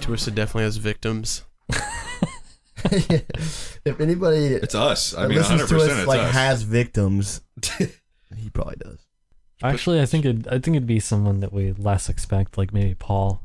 Twisted definitely has victims. if anybody It's us. I that mean, 100% listens to us it's like us. has victims, he probably does. Actually, I think it. I think it'd be someone that we less expect, like maybe Paul.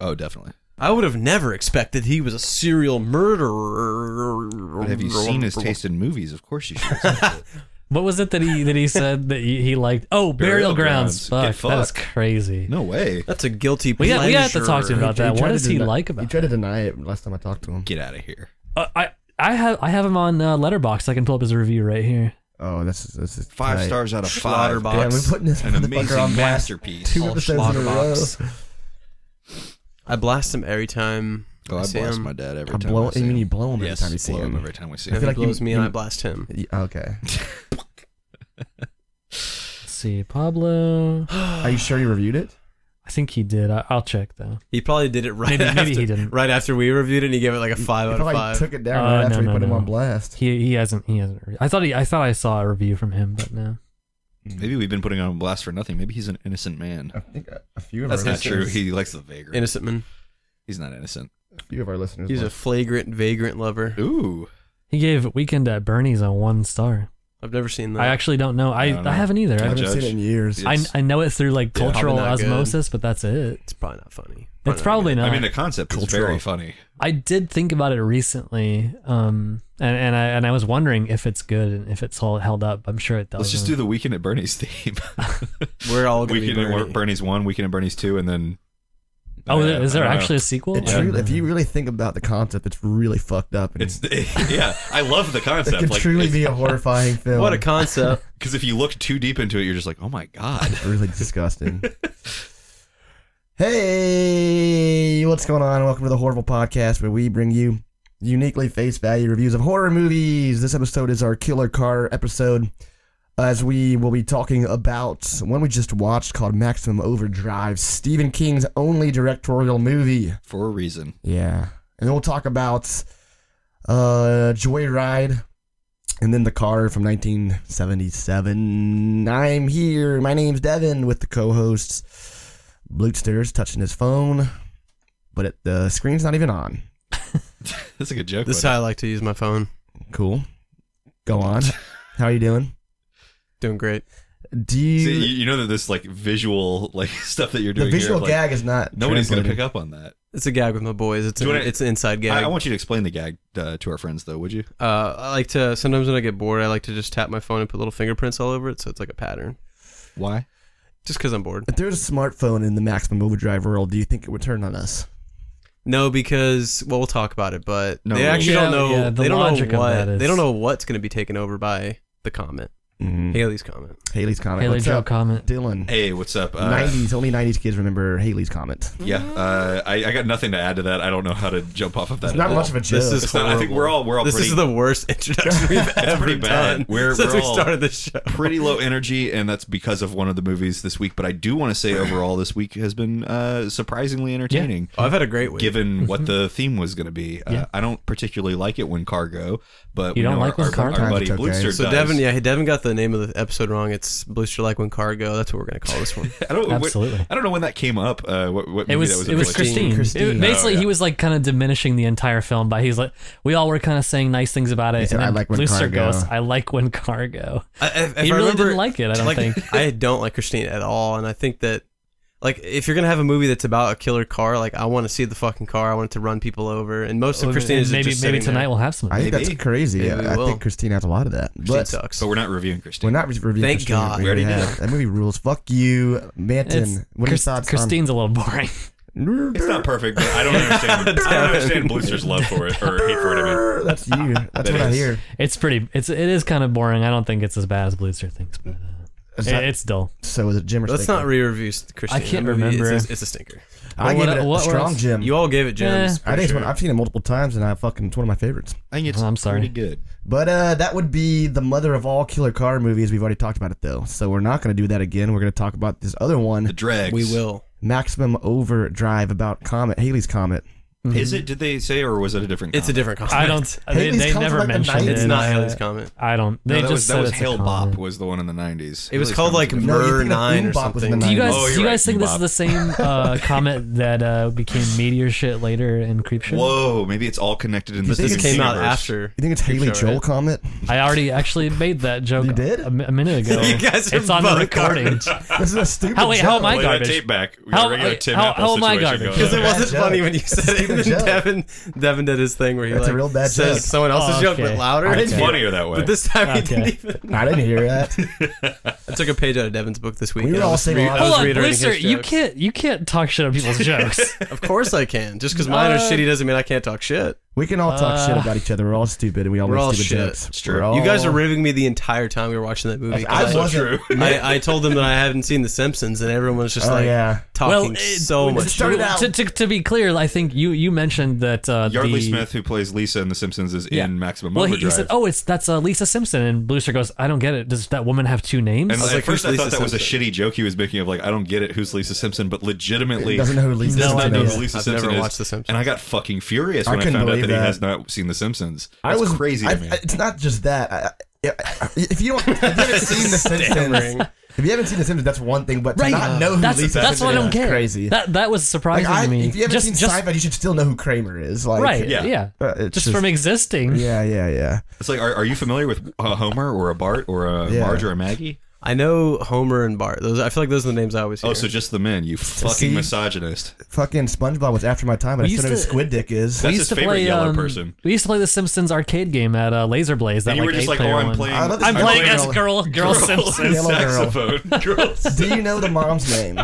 oh, definitely. I would have never expected he was a serial murderer. But have you seen his taste in movies? Of course you should. What was it that he that he said that he, he liked? Oh, Burial burial, grounds. Grounds. Fuck, Get that's fucked. crazy. no way. That's a guilty We pleasure. got- we got to talk to him about that. What tried does to he deny- like about He tried to deny it last time I talked to him. Get out of here. Uh, I I have I have him on uh, Letterbox. I can pull up his review right here. Oh, this is this is Five tight. stars out of five. Slaughterbox. Damn, we're putting this An motherfucker on amazing blast. masterpiece. Two All episodes in a row. Slaughterbox. I blast him every time. Oh, I see blast him. my dad every I time. blow. I I see mean, him. you blow him yes, every time you see blow him. him every time we see If he him. feel like you- blows me and you- I blast him. Y- Okay. Let's see, Pablo. Are you sure you reviewed it? I think he did. I, I'll check though. He probably did it right Maybe- after. maybe he didn't. Right after we reviewed it, and he gave it like a five you out of probably five. took it down Uh, right after no, we no, put him no. on blast. He he hasn't he hasn't. Re- I thought he I thought I saw a review from him, but no. Maybe we've been putting on blast for nothing. Maybe he's an innocent man. I think a, a few of That's our not listeners, true. He likes the vagrant. Innocent man. He's not innocent. a few of our listeners. He's a like- flagrant vagrant lover. Ooh. He gave Weekend at Bernie's a one star. I've never seen I that. actually don't know. I, I I, don't know. haven't either. I I, I've haven't judge. seen it in years. Yeah. I, It's- I know it through like Yeah. cultural Probably not good. osmosis, but that's it. It's probably not funny. It's probably good. not. I mean, the concept is Cultural. very funny. I did think about it recently, um, and, and I and I was wondering if it's good and if it's all held up. I'm sure it does. Let's just do the weekend at Bernie's theme. We're all gonna be weekend Bernie. at Bernie's one, weekend at Bernie's two, and then. Oh, I- is I there don't know. actually a sequel? It's I don't really, if know. you really think about the concept, it's really fucked up. And It's yeah. I love the it concept. could like, truly be a horrifying film. What a concept. because if you look too deep into it, you're just like, oh my god. really disgusting. hey, what's going on? Welcome to the Horrible Podcast, where we bring you uniquely face value reviews of horror movies. This episode is our Killer Car episode, as we will be talking about one we just watched called Maximum Overdrive, Stephen King's only directorial movie. For a reason. Yeah. And then we'll talk about uh, Joyride and then The Car from 1977. I'm here. My name's Devin with the co hosts. Blootster's touching his phone, but it, the screen's not even on. That's a good joke. this is buddy. how I like to use my phone. Cool. Go on. How are you doing? Doing great. Do you. See, you, you know that this like visual like stuff that you're the doing. visual here, like, gag is not. Nobody's gonna pick translated. up on that. It's a gag with my boys. It's Do you an, wanna- it's an inside I, gag. I want you to explain the gag uh, to our friends, though, would you? uh, I like to sometimes when I get bored, I like to just tap my phone and put little fingerprints all over it, so it's like a pattern. Why? Just because I'm bored. If there was a smartphone in the Maximum Overdrive world, do you think it would turn on us? No, because well, we'll talk about it, but No, they we- actually Yeah, don't know. yeah, the they don't logic know of what that is- they don't know what's going to be taken over by the comment. Hmm. Mm-hmm. Haley's comment. Haley's comment. Haley What's Joe up? comment. Dylan. Hey, what's up? Uh, 90s. Only 90s kids remember Haley's comment. Yeah, uh, I, I got nothing to add to that. I don't know how to jump off of that. It's at not all. much of a joke. This is It's not- I think we're all we're all This Oh, pretty, is the worst introduction we've ever pretty bad. done We're- since we're we all- started this show. Oh, pretty low energy, and that's because of one of the movies this week. But I do want to say overall, this week has been uh, surprisingly entertaining. Oh, I've had a great week. Given what the theme was going to be, uh, Mm-hmm. Yeah. I don't particularly like it when cargo, but we You don't know like our, when our, cargo- our buddy It's okay. Blutzer so does. Devin, yeah, Devin got the name of the episode wrong. It's Blister Like When Car Go. That's what we're gonna call this one. I don't, what- Absolutely. I don't know when that came up. Uh, what, what movie It was, that was it was originally. Christine. Christine. It- basically, Oh, yeah. he was like kind of diminishing the entire film, but he's like, we all were kind of saying nice things about it. He said, and "I then like when Looser cargo." goes, I like when cargo. I, I, if I he really remember, didn't like it. I don't like, think. I don't like Christine at all, and I think that like if you're gonna have a movie that's about a killer car, like I want to see the fucking car. I want it to run people over, and most of Christine is maybe just maybe sitting tonight There. we'll have some. of I think that. that's Maybe. crazy. Maybe we I, I will. think Christine has a lot of that. Christine But sucks. But we're not reviewing Christine. we're not re- reviewing Thank Christine. God. We We already already have. That movie rules. Fuck you, Manton. It's- what are your Chris- thoughts Christine's a little boring. on... It's not perfect, but I don't understand. I don't understand Blitzer's love for it or hate for it. I mean, That's you. That's That what I is. hear. It's pretty. It's it is kind of boring. I don't think it's as bad as Blitzer thinks, but uh, Is it- that- it's dull. so is it Jim or Let's Stinker? not re-review s- Christine. can't That movie is- remember. It's a, it's a stinker. I Well, gave what- it a, what- a strong what- Jim. You all gave it gems. I think it's for one, sure. I've seen it multiple times, and I fucking it's one of my favorites. I think it's Oh, I'm sorry. pretty good. But uh, that would be the mother of all killer car movies. We've already talked about it though, so we're not going to do that again. We're going to talk about this other The one, dregs. We will. Maximum Overdrive, about Comet Haley's Comet. Mm-hmm. Is it? Did they say, or was it a different? It's a comic? different comment. I don't. They, Haley's they comes never from, like, the mentioned 90s? it. It's not I- Haley's comment. I don't. They No, that just was, said that was it's a Hail Bop comment. was the one in the nineties. It was called like No, you Mer think of Nine or Umbop was in something. the Do you guys? Oh, do you're you guys right, think this is Bebop. the same uh, comment that uh, became meteor shit later in Creepshow? Whoa, maybe it's all connected in You the think same This came out universe. after. You think it's Haley Creepshow, Joel right? comment? I already actually made that joke. You did? a, mi- a minute ago. You guys are it's on the both recording. garbage. This is a stupid. How- wait, how joke. am I- Play garbage. that tape back. We How- already got a wait, Tim how- Apple how am I situation garbage? going Because it on. wasn't joke. funny when you said it. And Stupid then joke. Devin, Devin did his thing where he That's a like real bad says joke. someone else's Oh, joke but okay. louder. It's and- funnier that way. But this time he didn't Okay. even. I didn't hear that. I took a page out of Devin's book this week. were and I all was saying re- a lot I was Hold on, reiterating Blister, his you jokes. can't you can't talk shit on people's jokes. Of course I can. Just because mine are Uh, shitty doesn't mean I can't talk shit. We can all talk shit Uh, about each other. We're all stupid and we all we're make all stupid shit. jokes. It's true. We're You guys all- are ribbing me the entire time we were watching that movie. 'cause Oh. I I, so wasn't. true. I, I told them that I hadn't seen The Simpsons, and everyone was just Oh like yeah. talking it- so it's- much. Start it out. To, to, to be clear, I think you you mentioned that uh, Yardley the, Smith, who plays Lisa in The Simpsons, is Yeah. in Maximum Well, he, Overdrive. he said, "Oh, it's that's uh, Lisa Simpson," and Brewster goes, "I don't get it. Does that woman have two names?" and was at like, first, who's I thought Lisa that was a Simpson? shitty joke he was making of like, I don't get it, who's Lisa Simpson? But legitimately, Doesn't know who Lisa does Simpson not know is. who Lisa I've Simpson never is. watched The Simpsons. And I got fucking furious I when I, couldn't found out believe that, he that. has not seen The Simpsons. I That's was crazy I, to me. I- it's not just that. I, I, I- if you don't, if you haven't seen The Simpsons, Stammering. if you haven't seen The Simpsons, that's one thing. But to Right. not know who that's Lisa that's Simpson what I don't is get. Crazy. That that was like, surprising I, to me. if you haven't just, seen just Seinfeld, you should still know who Kramer is. Like, right, Yeah. yeah, uh, it's just, from existing. Yeah, yeah, yeah. it's like, are, are you familiar with a Homer or a Bart or a Yeah. Marge or a Maggie? I know Homer and Bart. Those I feel like those are the names I always hear. Oh, so just the men, you fucking See? misogynist. Fucking SpongeBob was after my time, but I We still know who used to- Squid Dick is. That's his favorite yellow person. We used to play the Simpsons arcade game at uh, Laser Blaze. That And you like were just like, eight-player oh, I'm one. playing. I love this I'm Yellow playing girl. as girl, girl, Simpson. Yellow girl. saxophone. Girls. Do you know the mom's name?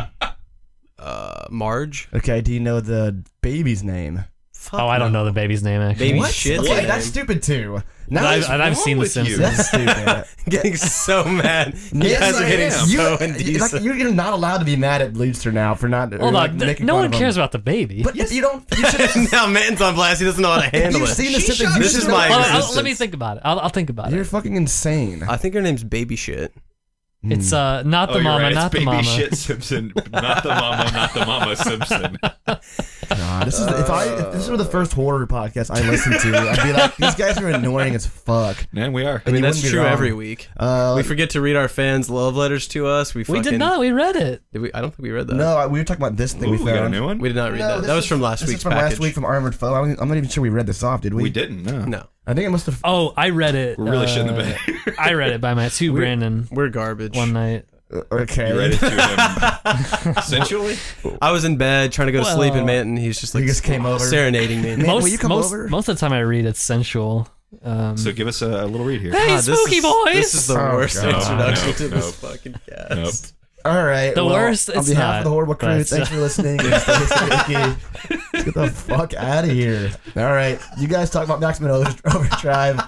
uh, Marge. Okay. Do you know the baby's name? Fuck Oh, I don't no. know the baby's name actually. Baby what? shit. Okay, name. that's stupid too. Now And I've, it's- and I've wrong seen The with you? Simpsons. that's stupid. getting so mad. You Yes, guys are I getting am. so you, indecent. like, you're you're not allowed to be mad at Bleacher now for not. Hold like, on, th- making no fun one of him. cares about the baby. But you don't. You should now Manton's on blast. He doesn't know how to handle you've it. seen the She Simpsons, shut This up. is my. Hold on, I'll- existence. let me think about it. I'll, I'll think about You're it. fucking insane. I think her name's Baby Shit. It's uh, not Oh, the you're mama, right. It's not the baby mama. shit Simpson. Not the mama, not the mama Simpson. God, this is if I if this were the first horror podcast I listened to, I'd be like, these guys are annoying as fuck. Man, we are. I mean, you that's wouldn't be true wrong. every week. Uh, we forget to read our fans' love letters to us. We, We fucking- did not. We read it. Did we, I don't think we read that. no, I- we were talking about this thing Ooh, we we found. got a new one? we did not read No, that. this That was is- from last this week's is from package. last week from Armored Foe. I'm, I'm not even sure we read this off, did we? We didn't, no. no, I think it must have. Oh, I read it. We're really shit in the uh, bag. I read it by my two Brandon we're garbage. one night. Okay. You read it to him sensually? I was in bed trying to go to sleep, and Well- Manton, he's just He like just came over. serenading me. Man, will most you come most over? most of the time I read it's sensual. Um, So give us a, a little read here. hey, Ah, this spooky is- boys. This is the Oh, worst God. introduction Nope, to nope. this fucking cast. Nope. All right. The well, worst, on it's behalf not, of the horrible crew, but- thanks for listening. It's the History Wiki. Let's get the fuck out of here. All right, you guys talk about Maximum Over- Overdrive.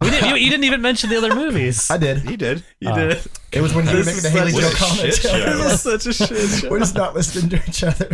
we didn't, you, you didn't even mention the other movies. I did. He did. You did. It was when you were This making is the Haley such Joe a comment. shit show. This is such a shit show. We're just not listening to each other.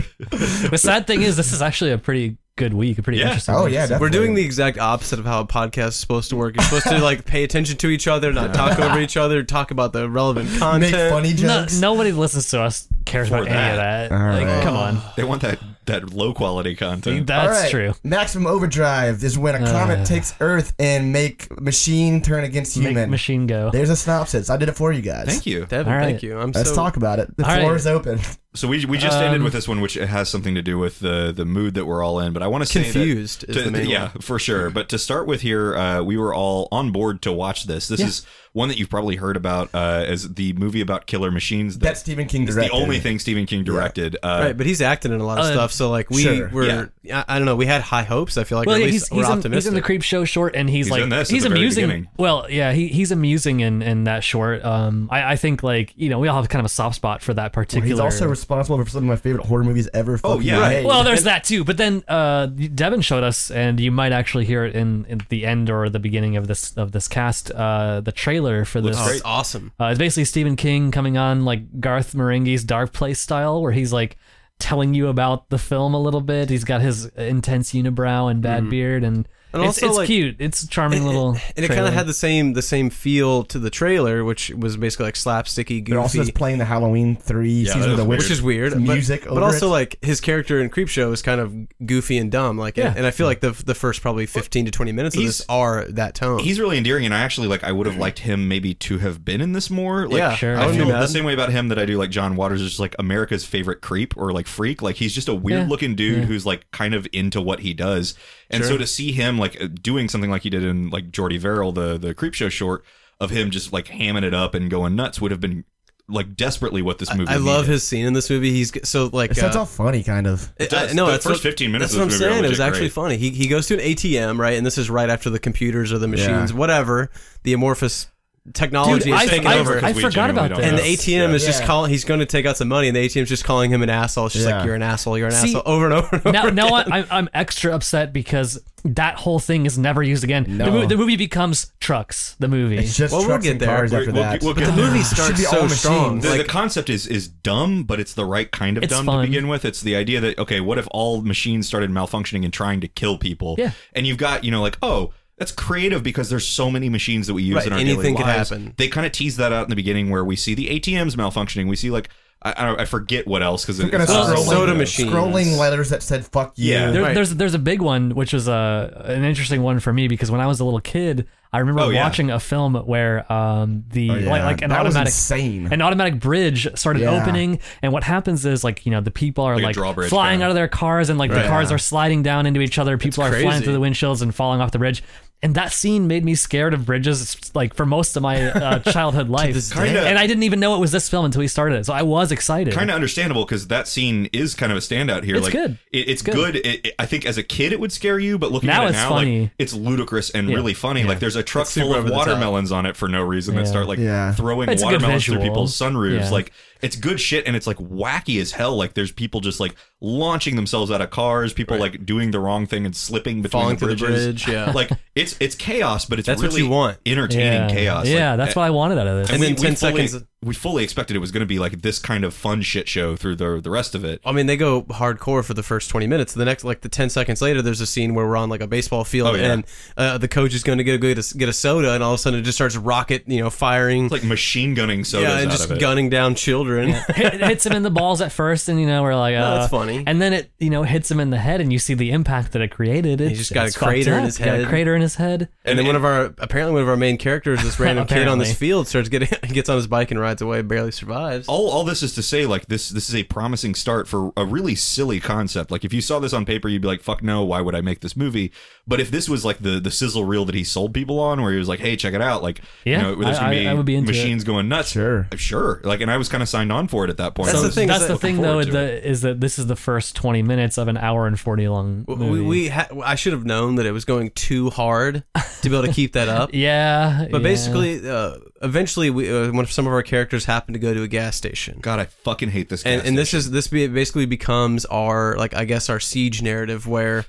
the sad thing is, this is actually a pretty good week. A pretty Yeah. interesting. Oh week. yeah, We're definitely. doing the exact opposite of how a podcast is supposed to work. You're supposed to like pay attention to each other, not talk over each other, talk about the relevant make content. funny No, jokes. nobody listens to us cares For about any of that. All like, right. come on, They want that, that low quality content. that's All right, true. Uh. Maximum Overdrive is when a comet takes Earth and make machine turn against Make human. machine go. There's a synopsis. I did it for you guys. Thank you. Devin, All right. thank you. I'm Let's so talk about it. The All floor right. is open. So we, we just ended Um, with this one, which has something to do with the the mood that we're all in. But I want to say that- confused. Is to- the main yeah, one. for sure. But to start with here, uh, we were all on board to watch this. This is one that you've probably heard about uh, as the movie about killer machines. That That Stephen King is the directed. only thing Stephen King directed. Uh, Right, but he's acting in a lot of Uh, stuff. So like we sure, were, I, I don't know. We had high hopes. I feel like or well, at yeah, least he's, we're he's, in, he's optimistic. in the creep show short, and he's, He's like in this at he's the very amusing. beginning. Well, yeah, he, he's amusing in, in that short. Um, I, I think like you know we all have kind of a soft spot for that particular. He's also responsible for some of my favorite horror movies ever. fucking Oh, yeah. made. well, there's that too. But then uh, Devin showed us, and you might actually hear it in, in the end or the beginning of this of this cast. Uh, the trailer for this. Looks oh, it's awesome. Uh, it's basically Stephen King coming on like Garth Marenghi's Dark Place style, where he's like telling you about the film a little bit. He's got his intense unibrow and bad beard, and And it's, also, it's like, cute. It's a charming little. and it kind trailer. of had the same the same feel to the trailer, which was basically like slapsticky, They're also goofy, just playing the Halloween three season of that the is witch. which is weird. Some but- music but, over also it. like his character in Creepshow is kind of goofy and dumb. Like, Yeah. and I feel like the the first probably fifteen to twenty minutes of He's- this are that tone. He's really endearing, and I actually like. I would have liked him maybe to have been in this more. Like, Mm-hmm. yeah, sure. I I wouldn't feel be the mad. same way about him that I do like John Waters is just like America's favorite creep or like freak. Like he's just a weird Yeah. looking dude Yeah. who's like kind of into what he does. And so Sure. to see him like uh, doing something like he did in like Jordy Verrill, the the creep show short of him just like hamming it up and going nuts would have been like desperately what this movie. I love needed. his scene in this movie. He's g- so like It sounds uh, all funny, kind of. It does. I- no, The that's first what- 15 minutes That's of what I'm this movie are saying. It was legit actually great. funny. He he goes to an ATM, right? And this is right after the computers or the machines, whatever. The amorphous technology Dude, is I, taking I, over. because I we forgot genuinely about don't that. and the Yeah. ATM is just Yeah. calling. He's going to take out some money, and the ATM's just calling him an asshole. It's just Yeah. like you're an asshole. You're an See, asshole over and over. And over now, again. now I, I'm, I'm extra upset because that whole thing is never used again. The, No. mo- the movie becomes trucks. The movie. It's just Well, we'll trucks get and there. cars We're- after we'll that. get- we'll get the there. movie Should starts be all so machines. strong. The, the Like, concept is is dumb, but it's the right kind of It's dumb fun. to begin with. It's the idea that okay, what if all machines started malfunctioning and trying to kill people? Yeah. and you've got you know like oh. That's creative because there's so many machines that we use Right, in our daily anything could lives. happen. They kind of tease that out in the beginning where we see the ATMs malfunctioning. We see like I, I, don't, I forget what else because We're gonna uh, scroll soda in. machine. Scrolling letters that said "fuck you." Yeah. There, Right. There's there's a big one, which was uh, an interesting one for me because when I was a little kid, I remember Oh, yeah. watching a film where um, the Oh, yeah. like, like an that automatic was insane. an automatic bridge started Yeah. opening, and what happens is like you know the people are Like a like, drawbridge, flying kinda. out of their cars, and like the Right. cars are sliding down into each other. People are flying crazy. through the windshields and falling off the bridge, and that scene made me scared of bridges like for most of my uh, childhood life. this Kinda- day. and I didn't even know it was this film until we started it, so I was excited. kind of understandable because that scene is kind of a standout here. It's like, good. It, it's good. good. It, it- I think as a kid it would scare you, but looking Now at it it's now, funny. like, it's ludicrous and really funny. Like there's a truck It's super full over of the top. watermelons on it for no reason that Yeah. start like Yeah. throwing It's a good watermelons through visual. people's sunroofs. Yeah. Like it's good shit, and it's like wacky as hell. Like there's people just like launching themselves out of cars, people like doing the wrong thing and slipping between falling the through the bridges. bridge. Yeah. like it's it's chaos, but it's That's what really you want. entertaining yeah. chaos. Like, Yeah, that's what I wanted out of this. And then 10 fully, seconds- We fully expected it was going to be like this kind of fun shit show through the the rest of it. I mean, they go hardcore for the first 20 minutes. The next, like the 10 seconds later, there's a scene where we're on like a baseball field Oh, yeah. and uh, the coach is going to go get a, get a soda, and all of a sudden it just starts rocket, you know, firing. It's like machine gunning sodas yeah, and out just of it. gunning down children. hit, it hits him in the balls at first, and you know we're like, uh, that's funny. And then it, you know, hits him in the head, and you see the impact that it created. It's, just got a it's fucked crater in up. his He got head. a crater in his head. And, then one of our apparently one of our main characters, this random kid on this Apparently. field, starts getting gets on his bike and rides away, barely survives. all all this is to say like this this is a promising start for a really silly concept. Like if you saw this on paper, you'd be like, "Fuck no, why would I make this movie?" But if this was like the the sizzle reel that he sold people on, where he was like, "Hey, check it out!" Like, Yeah, you know, there's I- gonna I- be, I would be into it. machines going nuts. Uh, Sure. sure. Like, and I was kind of signed on for it at that point. That's So the this- thing is That's that- the looking thing, though, forward to the, is that this is the first twenty minutes of an hour and forty W- long movie. we, we ha- I should have known that it was going too hard to be able to keep that up. yeah, But yeah. basically, uh, eventually, we uh, one of some of our characters happen to go to a gas station. God, I fucking hate this. and gas and this station. is this be- basically becomes our like I guess our siege narrative where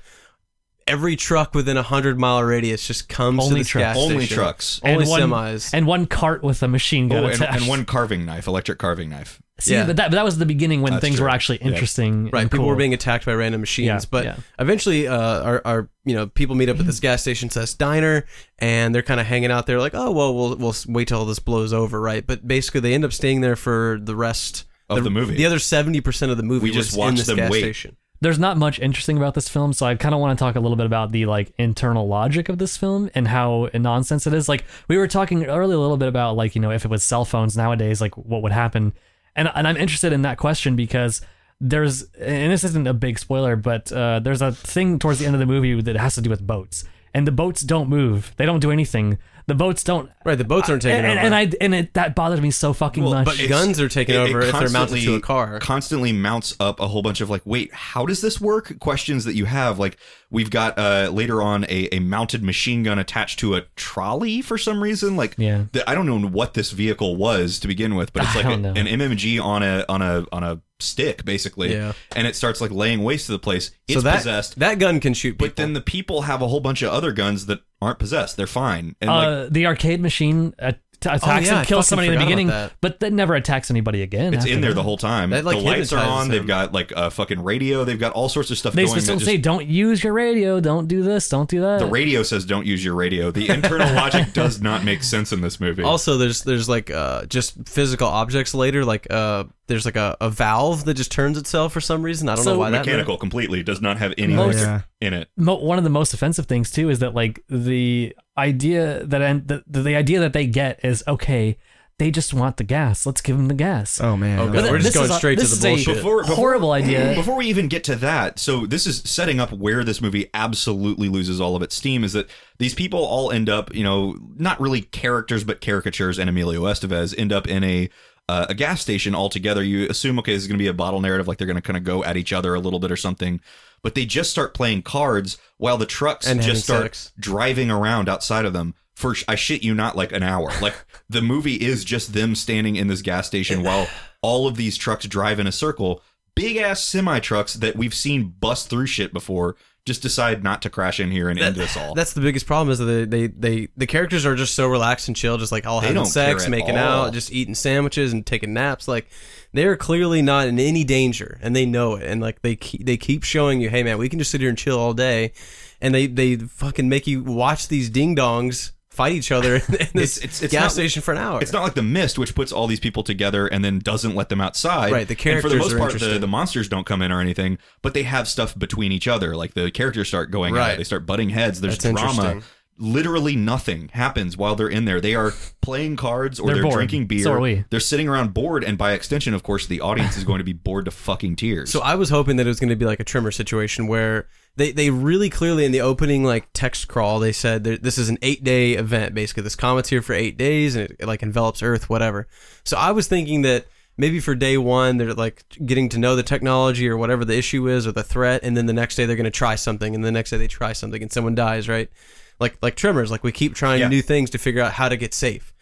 every truck within a hundred mile radius just comes to Only this trucks. gas only station. trucks. only and one, semis. and one cart with a machine gun Oh, and, attached. and one carving knife, electric carving knife. See, Yeah. but that, but that was the beginning when That's things true. were actually Yeah. interesting. Right, and people cool. were being attacked by random machines, Yeah, but yeah. eventually, uh, our, our you know people meet up at this gas station, slash diner, and they're kind of hanging out there, like, oh well, we'll we'll s- wait till all this blows over, right? But basically, they end up staying there for the rest Of the movie. The other seventy percent of the movie, We just was in watched this them gas wait. station. there's not much interesting about this film, so I kind of want to talk a little bit about the like internal logic of this film and how nonsense it is. Like we were talking earlier a little bit about like you know if it was cell phones nowadays, like what would happen, and and I'm interested in that question because there's and this isn't a big spoiler, but uh, there's a thing towards the end of the movie that has to do with boats, and the boats don't move, they don't do anything, the boats don't. Right, the boats aren't taking And, and, over, and I and it, that bothered me so fucking much. but guns are taking It- it over if they're mounted to constantly- a car. Constantly mounts up a whole bunch of like, wait, how does this work? Questions that you have. Like we've got uh later on a, a mounted machine gun attached to a trolley for some reason. Like Yeah. the- I don't know what this vehicle was to begin with, but it's I like a- don't know. an MMG on a on a on a stick basically. Yeah. And it starts like laying waste to the place. It's so that possessed. that gun can shoot people. But then the people have a whole bunch of other guns that aren't possessed. They're fine. And like uh, the arcade machine uh, t- attacks Oh, yeah, I and kills fucking somebody in the forgot about beginning, that. but then never attacks anybody again. It's after in there that. the whole time. That, like, the lights are hypnotizes on. They've him. got like a fucking radio. They've got all sorts of stuff They going. just that don't just- say, "Don't use your radio. Don't do this. Don't do that." the radio says don't use your radio. The internal logic does not make sense in this movie. Also, there's there's like uh, just physical objects later. Like uh, there's like a, a valve that just turns itself for some reason. I don't So- know why that. mechanical completely does not have any Oh, logic yeah. in it. Mo- one of the most offensive things too is that like the idea that and the, the idea that they get is okay. They just want the gas. Let's give them the gas. Oh man. Oh, I God. love We're it. just this going is a- straight to this the is a bullshit. Before- before- horrible idea. Before we even get to that, so this is setting up where this movie absolutely loses all of its steam is that these people all end up, you know, not really characters but caricatures, and Emilio Estevez end up in a uh, a gas station altogether. You assume okay, this is going to be a bottle narrative, like they're going to kind of go at each other a little bit or something, but they just start playing cards while the trucks And having just start sex. driving around outside of them. For sh- I shit you not, like an hour. Like the movie is just them standing in this gas station while all of these trucks drive in a circle big ass semi trucks that we've seen bust through shit before just decide not to crash in here and end this all. That's the biggest problem is that they, they, they the characters are just so relaxed and chill, just like all They having don't sex, care at making all. out, just eating sandwiches and taking naps. Like they're clearly not in any danger, and they know it. And like they keep, they keep showing you, hey man, we can just sit here and chill all day, and they they fucking make you watch these ding dongs fight each other in this it's- it's gas not- station for an hour. it's not like the mist, which puts all these people together and then doesn't let them outside. Right, the and for characters the most are part, the, interesting. the monsters don't come in or anything, but they have stuff between each other. Like the characters start going at Right. it, they start butting heads. There's That's drama. interesting. Literally nothing happens while they're in there. They are playing cards or They're they're, bored. drinking beer. So are we. They're sitting around bored, and by extension, of course, the audience is going to be bored to fucking tears. So I was hoping that it was going to be like a trimmer situation where they, they really clearly in the opening like text crawl they said that this is an eight day event basically this comet's here for eight days and it, it, like envelops Earth whatever. So I was thinking that maybe for day one they're like getting to know the technology or whatever the issue is or the threat and then the next day they're going to try something and the next day they try something and someone dies right like like trimmers like we keep trying Yeah. new things to figure out how to get safe.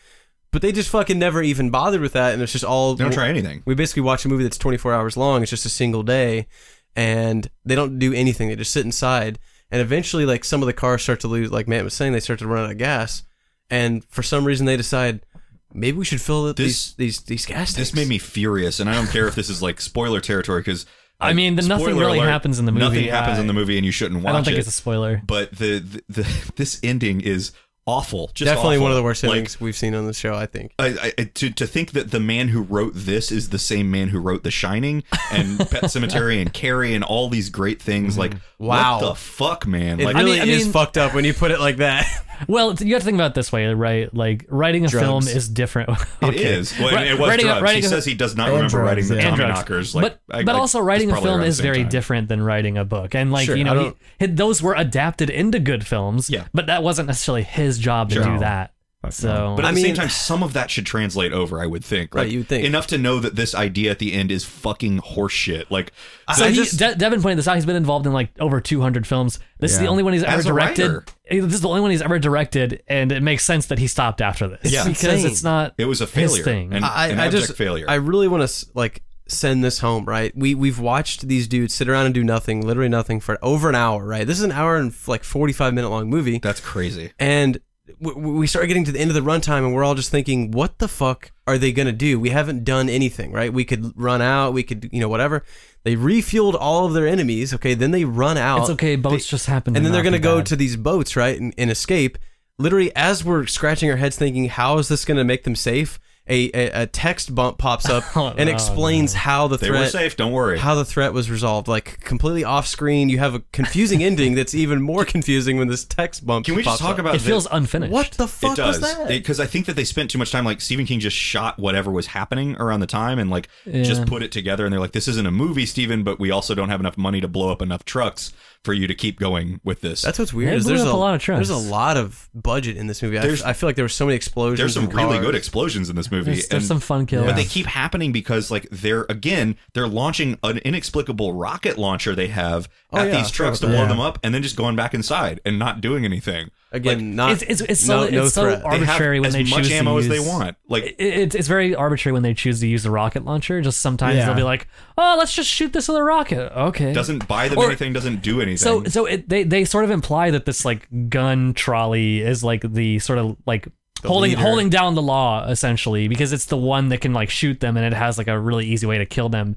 But they just fucking never even bothered with that, and it's just all they don't try anything. we basically watch a movie that's 24 hours long. It's just a single day, and they don't do anything. They just sit inside, and eventually, like some of the cars start to lose. Like Matt was saying, they start to run out of gas, and for some reason, they decide maybe we should fill This- these these these gas tanks. This made me furious, and I don't care if this is like spoiler territory because I mean, the- nothing really happens in the movie. Nothing happens I- in the movie, and you shouldn't watch I don't think it. it's a spoiler. but the, the, the this ending is awful. Just Definitely awful. one of the worst Like, endings we've seen on the show. I think. I, I, to to think that the man who wrote this is the same man who wrote The Shining and Pet Cemetery and Carrie and all these great things. Like, Mm-hmm. Wow. what the fuck, man? It Like, really I mean- I is mean- fucked up when you put it like that. Well, you have to think about it this way, right? Like writing a Drugs. film is different. it is. Well, I mean, it was writing a- drugs. writing he a- says he does not And remember drugs, writing the yeah. and Tommy drugs. Knockers. Like, but I- but I- also it's writing a probably film around the is same very time. different than writing a book, and like Sure, you I know, don't- he, he- those were adapted into good films. Yeah. but that wasn't necessarily his job Sure. to do that. Fuck no. So, But at I the same mean- time, some of that should translate over. I would think, Right, Like, you would think. enough to know that this idea at the end is fucking horseshit. Like, so I he, just- De- Devin pointed this out. He's been involved in like over 200 films. This is the Yeah. only one he's ever As a directed. writer. This is the only one he's ever directed, and it makes sense that he stopped after this. Yeah. because Insane. it's not. it was a His failure. thing. An, I, an I abject just failure. I really want to like send this home, right? We we've watched these dudes sit around and do nothing, literally nothing for over an hour, right? This is an hour and like forty five minute long movie. That's crazy. and w- w- we start getting to the end of the runtime and we're all just thinking what the fuck are they going to do we haven't done anything right we could run out we could you know whatever they refueled all of their enemies okay then they run out It's okay. Boats just happen. and then they're not going to be go bad. to these boats right and, and escape literally as we're scratching our heads thinking how is this going to make them safe a, a, a text bump pops up Oh, and no, explains how the They threat were safe. Don't worry. how the threat was resolved like completely off screen you have a confusing ending that's even more confusing when this text bump Can we just pops talk up. about It feels the- unfinished. What the fuck it does was that? because I think that they spent too much time. Like Stephen King just shot whatever was happening around the time and like Yeah. just put it together. And they're like, "This isn't a movie, Stephen, but we also don't have enough money to blow up enough trucks for you to keep going with this." That's what's weird. They is blew there's up a lot of trucks. There's a lot of budget in this movie. I, There's- I feel like there were so many explosions. there's some and really cars. good explosions in this movie. There's, there's and- some fun kills. But they keep happening because, like, they're again, they're launching an inexplicable rocket launcher they have Oh, at yeah, I these trucks to about blow that. them up, and then just going back inside and not doing anything. Again, not It's- it's- it's no, so- no it's so threat. ar- Arbitrary they when have they as much choose to ammo as they use- want. Like, it, it, it's very arbitrary when they choose to use the rocket launcher. Just sometimes Yeah. they'll be like, "Oh, let's just shoot this with a rocket." Okay. doesn't buy them Or- anything, doesn't do anything. so so it, they they sort of imply that this like gun trolley is like the sort of like the holding leader. holding down the law essentially because it's the one that can like shoot them and it has like a really easy way to kill them.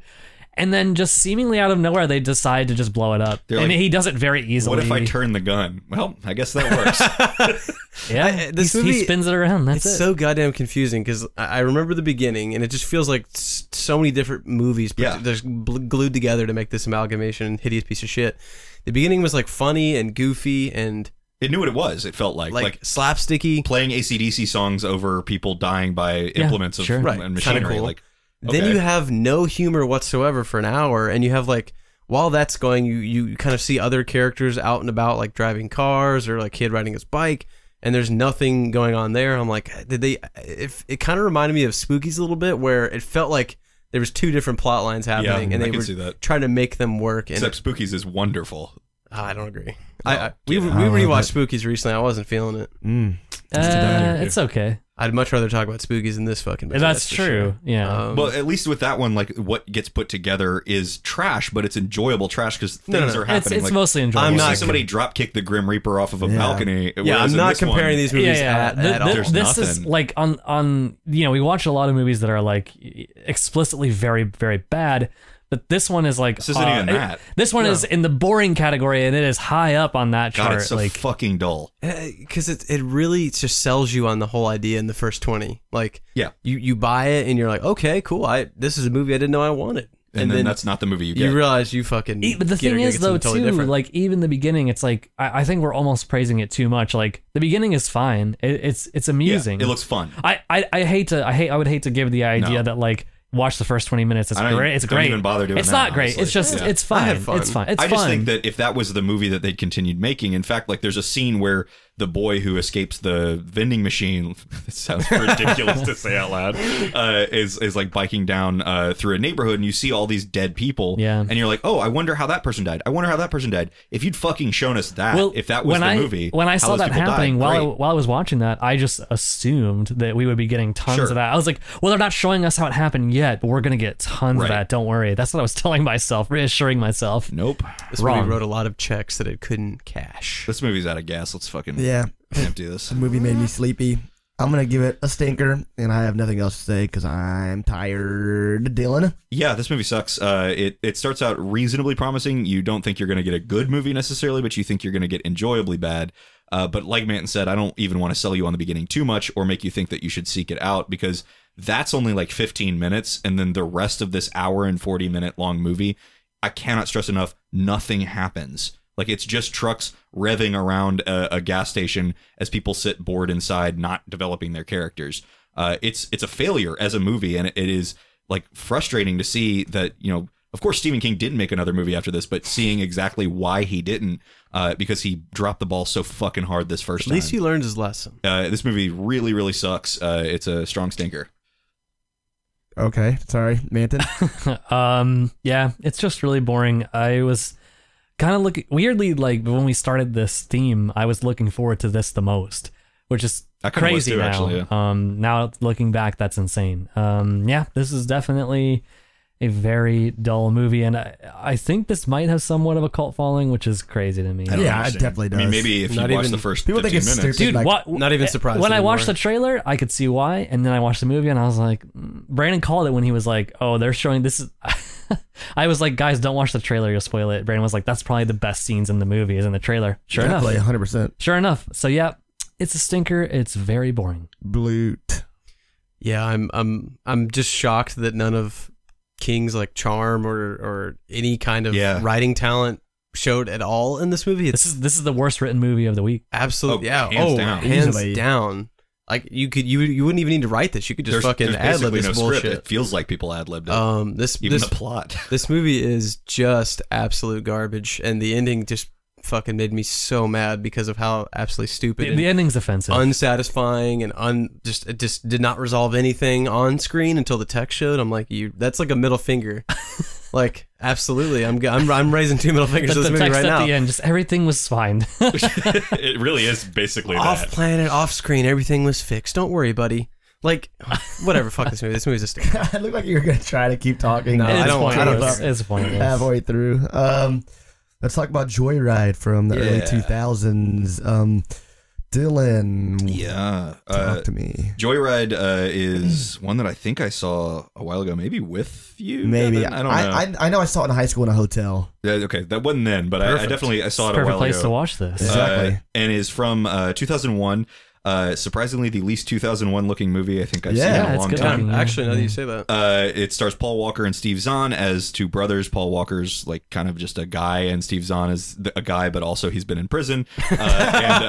And then just seemingly out of nowhere they decide to just blow it up. They're and like, he does it very easily. What if I turn the gun? Well, I guess that works. Yeah. I- this he, movie- he spins it around. That's It's it. so goddamn confusing because I I remember the beginning, and it just feels like s- so many different movies put- Yeah. just bl- glued together to make this amalgamation and hideous piece of shit. The beginning was like funny and goofy and it knew what it was. It felt like like, like, slapsticky. playing ACDC songs over people dying by implements of sure. Right, kinda and machinery. cool. Like Then okay. you have no humor whatsoever for an hour, and you have like while that's going, you you kind of see other characters out and about, like driving cars or like kid riding his bike. And there's nothing going on there. I'm like, did they? If it kind of reminded me of Spookies a little bit, where it felt like there was two different plot lines yeah, happening, and I they can were see that. trying to make them work. And Except Spookies is wonderful. Ah, I don't agree. I, I we yeah. we I don't like rewatched Spookies recently. I wasn't feeling it. Mm. uh, it's okay. I'd much rather talk about Spookies than this fucking. Movie, That's for true, sure. yeah. Um, Well, at least with that one, like what gets put together is trash, but it's enjoyable trash because things No, no, no. are It's happening. it's like, mostly enjoyable. I'm you see not- somebody drop kick the Grim Reaper off of a Yeah. balcony. yeah, whereas I'm in not this one- comparing these movies at, Th- at th- all. There's this is nothing. like on on you know we watch a lot of movies that are like explicitly very very bad, but this one is like This isn't uh, even it- that. this one is in the boring category and it is high up on that God, chart. it's so like fucking dull. because Eh, it it really just sells you on the whole idea in the first twenty. Like, Yeah. you you buy it and you're like, okay, cool. I this is a movie I didn't know I wanted, And, then, that's not the movie you get. you realize you fucking. E- but the get- thing get is something though totally too different. like even the beginning it's like I, I think we're almost praising it too much like the beginning is fine it, it's it's Yeah, amusing it looks fun. I, I I hate to I hate I would hate to give the idea No. that like watch the first 20 minutes it's I don't great even- it's don't great even bother doing it's that, not great honestly. it's just Yeah. it's I fine. had fun. it's fine it's I just fun. think that if that was the movie that they'd continued making, in fact, like there's a scene where the boy who escapes the vending machine, it sounds ridiculous to say out loud, uh, is is like biking down uh, through a neighborhood, and you see all these dead people, Yeah. and you're like, oh, I wonder how that person died. I wonder how that person died. If you'd fucking shown us that, well, if that was when the I, movie, when I how saw those that people died, happening while I, great. while I was watching that, I just assumed that we would be getting tons Sure. of that. I was like, well, they're not showing us how it happened yet, but we're gonna get tons Right. of that. Don't worry. That's what I was telling myself, reassuring myself. nope, this wrong. movie wrote a lot of checks that it couldn't cash. this movie's out of gas. Let's fucking Yeah, empty this. the movie made me sleepy. I'm gonna give it a stinker, and I have nothing else to say because I'm tired, Dylan. Yeah, this movie sucks. Uh, it it starts out reasonably promising. You don't think you're going to get a good movie necessarily, but you think you're going to get enjoyably bad. Uh, but like Manton said, I don't even want to sell you on the beginning too much or make you think that you should seek it out because that's only like 15 minutes, and then the rest of this hour and 40 minute long movie, I cannot stress enough, nothing happens. Like it's just trucks revving around a, a gas station as people sit bored inside, not developing their characters. Uh, it's it's a failure as a movie, and it is like frustrating to see that you know of course stephen king didn't make another movie after this but seeing exactly why he didn't uh, because he dropped the ball so fucking hard this first At least time he learned his lesson. uh, this movie really really sucks uh, it's a strong stinker Okay, sorry, Manton. um, yeah, it's just really boring. I was kind of looking weirdly like when we started this theme, I was looking forward to this the most, which is I kinda was crazy too, now. actually, yeah. Um, now looking back, that's insane. Um, yeah, this is definitely a very dull movie, and I, I think this might have somewhat of a cult following, which is crazy to me. I don't Yeah, it understand. definitely i does. mean maybe if Not you watch even- the first people 15 think it's minutes stupid. Dude, like, what? not even eh, surprised When I watched the anymore. trailer, I could see why, and then I watched the movie, and I was like, mm. Brandon called it when he was like, "Oh, they're showing this." is I was like, "Guys, don't watch the trailer; you'll spoil it." Brandon was like, "That's probably the best scenes in the movie is in the trailer." Sure definitely, enough, 100 percent sure enough. So yeah, it's a stinker. It's very boring. blute. Yeah, I'm I'm I'm just shocked that none of King's like charm or or any kind of Yeah. writing talent showed at all in this movie. It's This is this is the worst written movie of the week. Absolutely, Oh, yeah. hands oh, down. hands Easily. down. Like you could, you you wouldn't even need to write this. You could just there's, fucking there's ad lib basically this no script bullshit. it feels like people ad-libbed it Um, this even this the plot this movie is just absolute garbage, and the ending just fucking made me so mad because of how absolutely stupid, The, and the ending's offensive. unsatisfying, and un just it just did not resolve anything on screen until the text showed. I'm like, you, that's like a middle finger. like, absolutely, I'm g- I'm I'm raising two middle the, fingers to the this movie text right at now. the end, just everything was fine. it really is basically off that planet, off screen, everything was fixed. Don't worry, buddy. Like, whatever. fuck this movie. This movie's a stupid. I look like you were gonna try to keep talking. No, I it's don't want- I don't- pointless. It's pointless. halfway through. Um, let's talk about Joyride from the early Yeah. 2000s. Um, Dylan, Yeah. talk Uh, to me. Joyride uh, is one that I think I saw a while ago, maybe with you. Maybe Devin? I don't know. I, I, I know I saw it in high school in a hotel. Yeah, okay, that wasn't then, but I, I Perfect. definitely I saw it a perfect while place ago. to watch this. Yeah. Uh, Exactly. and is from uh, 2001. Uh, surprisingly, the least 2001 looking movie I think I've Yeah. seen in Yeah, a it's long good time. Damn, yeah. actually, now that you say that, Uh, it stars Paul Walker and Steve Zahn as two brothers. Paul Walker's like kind of just a guy, and Steve Zahn is the, a guy, but also he's been in prison. Uh, and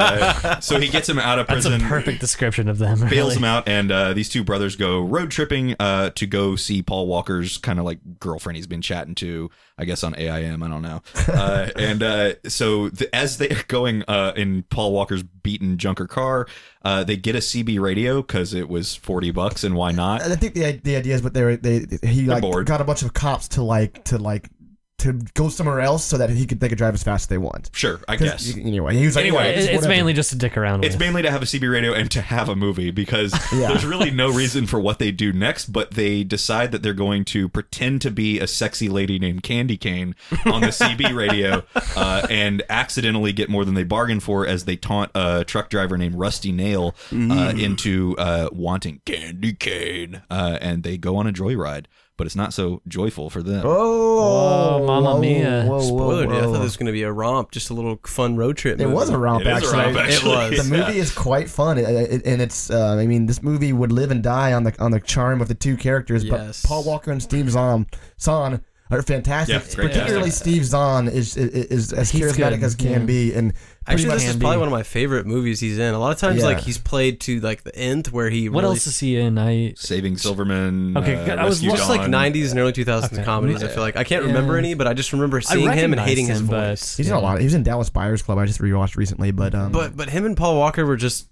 uh, so he gets him out of That's prison. a perfect description of them. bails Really. him out, and uh, these two brothers go road tripping uh, to go see Paul Walker's kind of like girlfriend he's been chatting to, I guess on AIM, I don't know. Uh, and uh, so th- as they're going uh, in Paul Walker's beaten junker car, uh, they get a CB radio because it was forty bucks, and why not? And I think the the idea is, but they they he like bored. got a bunch of cops to like to like to go somewhere else so that he could they could drive as fast as they want. Sure, I 'Cause guess. you- Anyway, he was like, Anyway, "Yeah, It- just it's whatever." mainly just to dick around with. It's mainly to have a CB radio and to have a movie because Yeah. there's really no reason for what they do next, but they decide that they're going to pretend to be a sexy lady named Candy Cane on the CB radio uh, and accidentally get more than they bargained for as they taunt a truck driver named Rusty Nail uh, Mm. into uh, wanting Candy Cane. Uh, and they go on a joyride, but it's not so joyful for them. Oh, Whoa, Mamma Mia. Whoa, whoa, spoiler, dude, I whoa. thought this was going to be a romp, just a little fun road trip. It movie. was a romp, It is a actually. romp, actually. It was. The movie is quite fun, it, it- and it's. Uh, I mean, this movie would live and die on the on the charm of the two characters. Yes. But Paul Walker and Steve Zahn, Zahn are fantastic. Yeah, great Particularly casting. Steve Zahn is is, is as He's charismatic good, as can yeah. be, and Actually, much this is can probably be. one of my favorite movies he's in. A lot of times, Yeah. like he's played to like the nth, where he what really else is he in? I Saving Silverman. Okay, uh, God, I was Rescue just like Dawn. 90s and early 2000s comedies. I feel like I can't remember Yeah. any, but I just remember I seeing him and recognize hating his him, but- voice. he's in a lot. He was in Dallas Buyers Club. I just rewatched recently, but um, But but him and Paul Walker were just.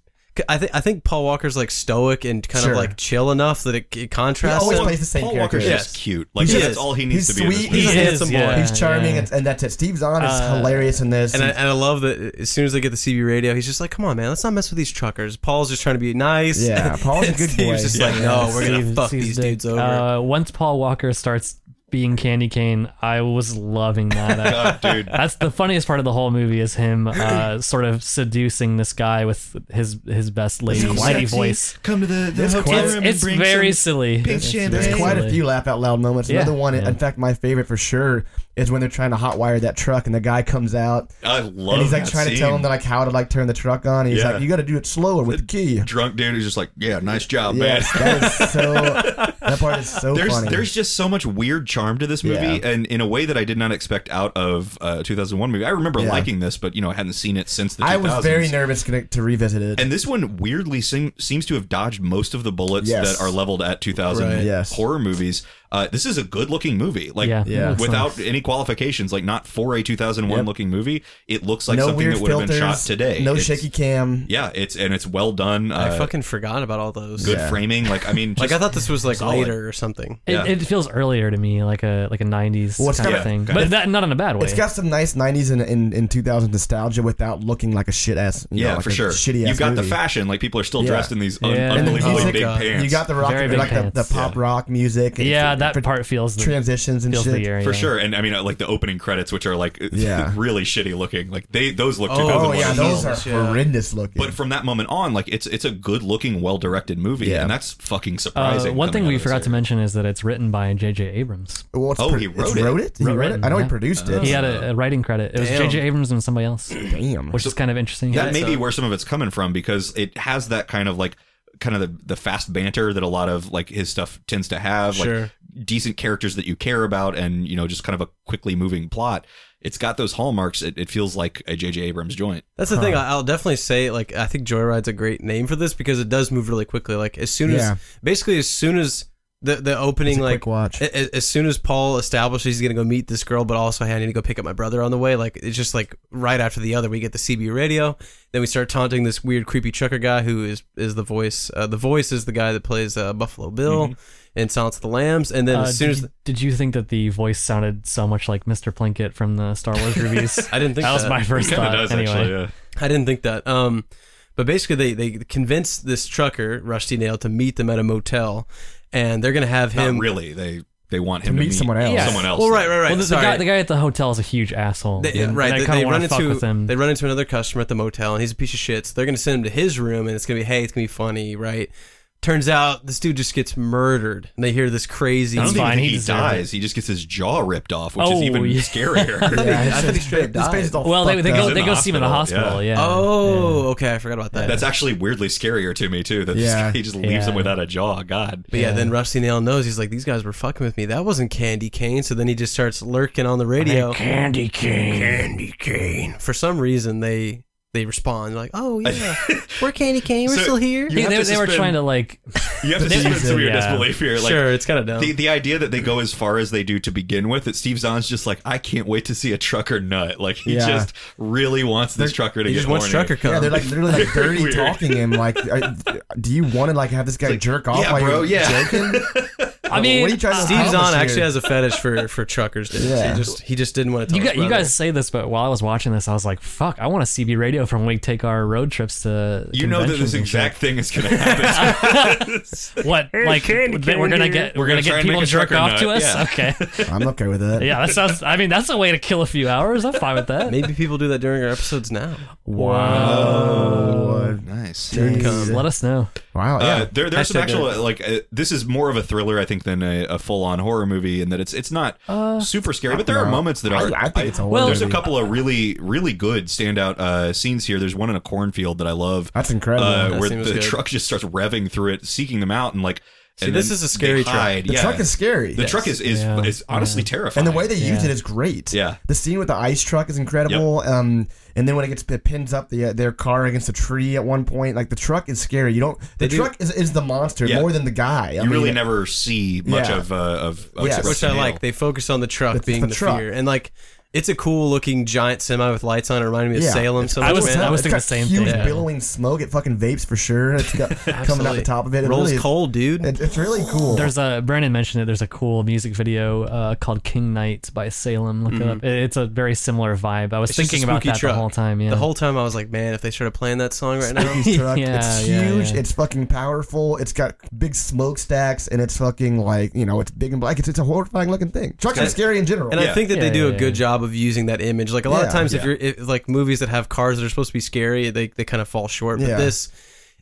I think I think Paul Walker's like stoic and kind Sure. of like chill enough that it, it contrasts. He always it. plays the same Paul character. Walker's Yes. just cute. Like He that's is. all he needs He's to be. in this sweet. movie. He's a He is, handsome boy. yeah. he's charming, yeah. and, and that's it. Steve Zahn is Uh, hilarious in this. and I, He's- and I love that as soon as they get the CB radio, he's just like, "Come on, man, let's not mess with these truckers." Paul's just trying to be nice. Yeah, Paul's a And good Steve's boy. just Yeah. like, "No, we're gonna Steve- fuck Steve's these dick. dudes over." Uh, once Paul Walker starts being Candy Cane, I was loving that. I- God, dude. That's the funniest part of the whole movie is him uh, sort of seducing this guy with his his best lady, It's lady sexy. voice. Come to the, the It's- hotel it's- room and It's bring very some silly. pink It's- champagne. There's quite a Basically. few laugh out loud moments. Another Yeah, one, yeah. in fact, my favorite for sure is when they're trying to hotwire that truck and the guy comes out I love. and he's like Oh, that trying scene. to tell him that like how to like turn the truck on. And he's Yeah. like, you got to do it slower with the key. drunk dude who's just like, yeah, nice job, man. Yes, that is so. that part is so There's funny. there's just so much weird charm to this movie, Yeah. and in a way that I did not expect out of uh, 2001 movie. I remember Yeah. liking this, but you know I hadn't seen it since the 2000s. I was very nervous gonna- to revisit it. And this one weirdly seem, seems to have dodged most of the bullets Yes. that are leveled at 2000 Right. Yes. horror movies. Uh, this is a good looking movie, like Yeah. Yeah. Looks without any qualifications, like not for a 2001 Yep. looking movie. It looks like no something weird that would have filters. been shot today. No It's- shaky cam. Yeah, it's and it's well done. Uh, I fucking forgot about all those. good Yeah. framing. Like I mean, just, Like I thought this was like solid. later or something. It, Yeah. it feels earlier to me, like a like a '90s Well, it's kind got of a- thing, okay. but that, not in a bad way. It's got some nice '90s and in, in 2000 nostalgia without looking like a shit ass. you know, Yeah, like for a sure. Shitty ass. You've got the movie. fashion. Like people are still Yeah. dressed in these un- Yeah. And the unbelievably music, big uh, pants. You got the rock, Very big like the, the pants. pop rock music. and yeah, for- that for part feels the, transitions and feels shit. the year for yeah. sure, and I mean, uh, like the opening credits, which are like Yeah. really shitty looking. Like they, those look. Oh, 2001. Oh yeah, those are Jesus, yeah. horrendous looking. But from that moment on, like it's it's a good looking, well directed movie, Yeah. and that's fucking Uh, surprising. one coming thing out we of this forgot to era. mention is that it's written by J.J. Abrams. Well, it's Oh, pro- he it's wrote it. Wrote it. He Wrote wrote it, it. I know he yeah. Uh-huh. produced it. He had a, a writing credit. It was Damn. J.J. Abrams and somebody else, Damn. which is kind of interesting. Uh, That may so- be where some of it's coming from because it has that kind of like kind of the, the fast banter that a lot of like his stuff tends to have like Sure. decent characters that you care about and you know just kind of a quickly moving plot it's got those hallmarks it, it feels like a jj abrams joint That's the thing. I- I'll definitely say like I think Joyride's a great name for this because it does move really quickly. Like as soon Yeah. as basically as soon as the the It's opening a like quick watch. a- a- as soon as Paul establishes he's gonna go meet this girl, but also hey, I need to go pick up my brother on the way. Like it's just like right after the other, we get the CB radio, then we start taunting this weird creepy trucker guy who is is the voice. Uh, the voice is the guy that plays uh, Buffalo Bill in Silence of the Lambs, and then Mm-hmm. Uh, as soon did, as you, did you think that the voice sounded so much like Mr. Plinkett from the Star Wars reviews? I didn't think that was that. my first kind thought. of does anyway, actually yeah. I didn't think that. Um, but basically, they they convince this trucker Rusty Nail to meet them at a motel, and they're gonna have not him. really they they want him to, meet someone else. Yeah. Someone else. Well, right, right, right. Well, the, the Sorry. guy, the guy at the hotel is a huge asshole. They, and Right, I they, kinda they wanna run fuck into with him. they run into another customer at the motel, and he's a piece of shit. So they're gonna send him to his room, and it's gonna be, hey, it's gonna be funny, right? Turns out this dude just gets murdered, and they hear this crazy. I don't That's even fine, think he he deserved dies. He just gets his jaw ripped off, which is Oh, even yeah. scarier. I Yeah, think- I it's think just straight big- this died. place is all Well, they, fucked they up. go in they the go see him in the hospital, hospital. Yeah. oh, okay, I forgot about that. That's actually weirdly scarier to me too. That this Yeah. guy just leaves Yeah. him without a jaw. God. but yeah, then Rusty Nail knows he's like, these guys were fucking with me. That wasn't Candy Cane. So then he just starts lurking on the radio. Candy cane. Candy Cane. For some reason, they they respond like, oh yeah, we're Candy Cane. We're So still here. you- They, have they, to they were suspend- trying to like You have to suspend some of your Yeah. disbelief here. Like, sure, it's kind of dumb. The, the idea that they go as far as they do to begin with, that Steve Zahn's just like, I can't wait to see a trucker nut. Like he Yeah. just really wants this trucker to he get just wants horny. trucker come. Yeah, they're like literally like dirty Weird. talking him. Like, are, do you want to like have this guy jerk off? Yeah, while bro. you're Yeah. Joking? I mean what are you trying to Steve accomplish Zahn here? actually has a fetish for for truckers. Dude. Yeah. He just he just didn't want to. Tell You, us got, you about guys say this, but while I was watching this, I was like, "Fuck! I want a CB radio from when we take our road trips to." You know that this conventions and shit. exact thing is going to happen. what like that we're gonna get we're We're gonna try gonna, get and people make a jerk trucker off to nut, us. yeah. Okay, I'm okay with that. yeah, that sounds. I mean, that's a way to kill a few hours. I'm fine with it. that. Maybe people do that during our episodes now. Oh, nice. geez. Let us know. Wow. Yeah. Uh, there, there's some Hashtag actual like uh, this is more of a thriller I think than a, a full on horror movie in that it's it's not super scary but there are moments that Uh, I- are I think it's a horror Well- there's a movie. couple of really really good standout uh, scenes here there's one in a cornfield that I love That's incredible. uh, That where scene was the good. truck just starts revving through it seeking them out and like See, and this then is a scary they truck. hide. the yeah. truck is scary. the truck is is, Yeah. is honestly terrifying And the way they use Yeah. it is great. Yeah. The scene with the ice truck is incredible. Um, and then when it gets it pins up the uh, their car against a tree at one point, like the truck is scary. You don't. The They do- truck is, is the monster Yeah. more than the guy. I you mean, really never see much Yeah. of uh, of, of Which- Rusty which I Nail. like. They focus on the truck It's being the the, truck. fear, and like it's a cool looking giant semi with lights on. It reminded me of Yeah. Salem. So I much, was- man. I was It's thinking got the same huge thing. billowing smoke. It fucking vapes for sure. It's got coming out the Absolutely. top of it. it Rolls really is- cold, dude. It, it's really cool. There's a Brandon mentioned it. There's a cool music video uh, called "King Night" by Salem. Look it Mm-hmm. up. It- It's a very similar vibe. I was It's just a thinking about spooky that truck. the whole time. Yeah, The whole time I was like, man, if they started playing that song right now, Chinese truck. Yeah, it's yeah, huge. yeah. It's fucking powerful. It's got big smokestacks, and it's fucking like you know, it's big and black. It's it's a horrifying looking thing. Trucks are And- scary in general. and I Yeah. think that they Yeah, do yeah, a good yeah. job of using that image. Like a lot Yeah. of times, if Yeah. you're if, like movies that have cars that are supposed to be scary, they they kind of fall short. Yeah. But this,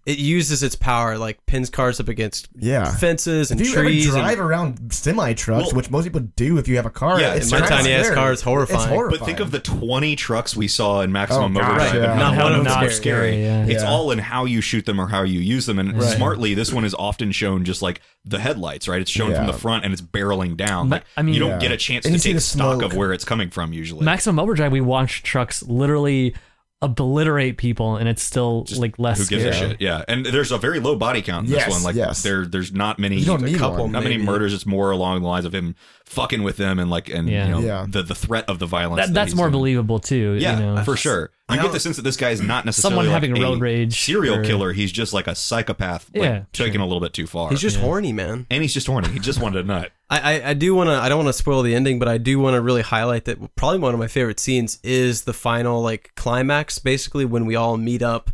it uses its power, like pins cars up against yeah. fences and If you trees. ever and- drive around semi trucks, Well- which most people do if you have a car, Yeah, it's and my kinda tiny-ass scary. car is horrifying. It's But horrifying. But think of the 20 trucks we saw in Oh, Maximum God, Overdrive. yeah. and Not one of them's them's scary. scary, yeah. It's Yeah. all in how you shoot them or how you use them. And Right. smartly, this one is often shown just like the headlights, right? It's shown from Yeah. the front and it's barreling down. Ma- Like, I mean- you don't Yeah. get a chance And you to see take the stock smoke. of where it's coming from usually. Maximum Overdrive. We watched trucks literally obliterate people, and it's still like less Who gives scary. a shit? Yeah, and there's a very low body count in Yes, this one. Like yes. there, there's not many. you don't a need couple one. not many Maybe. murders. It's more along the lines of him fucking with them and like and Yeah. you know Yeah. the the threat of the violence. That, that that's he's more doing. believable too. Yeah, you know? for sure. You get the sense that this guy's not necessarily Someone like having a road rage serial or- killer. He's just like a psychopath, like, Yeah, taking a little bit too far. He's just horny, man. and he's just horny. He just wanted a nut. I, I, I do want to. I don't want to spoil the ending, but I do want to really highlight that probably one of my favorite scenes is the final like climax, basically when we all meet up,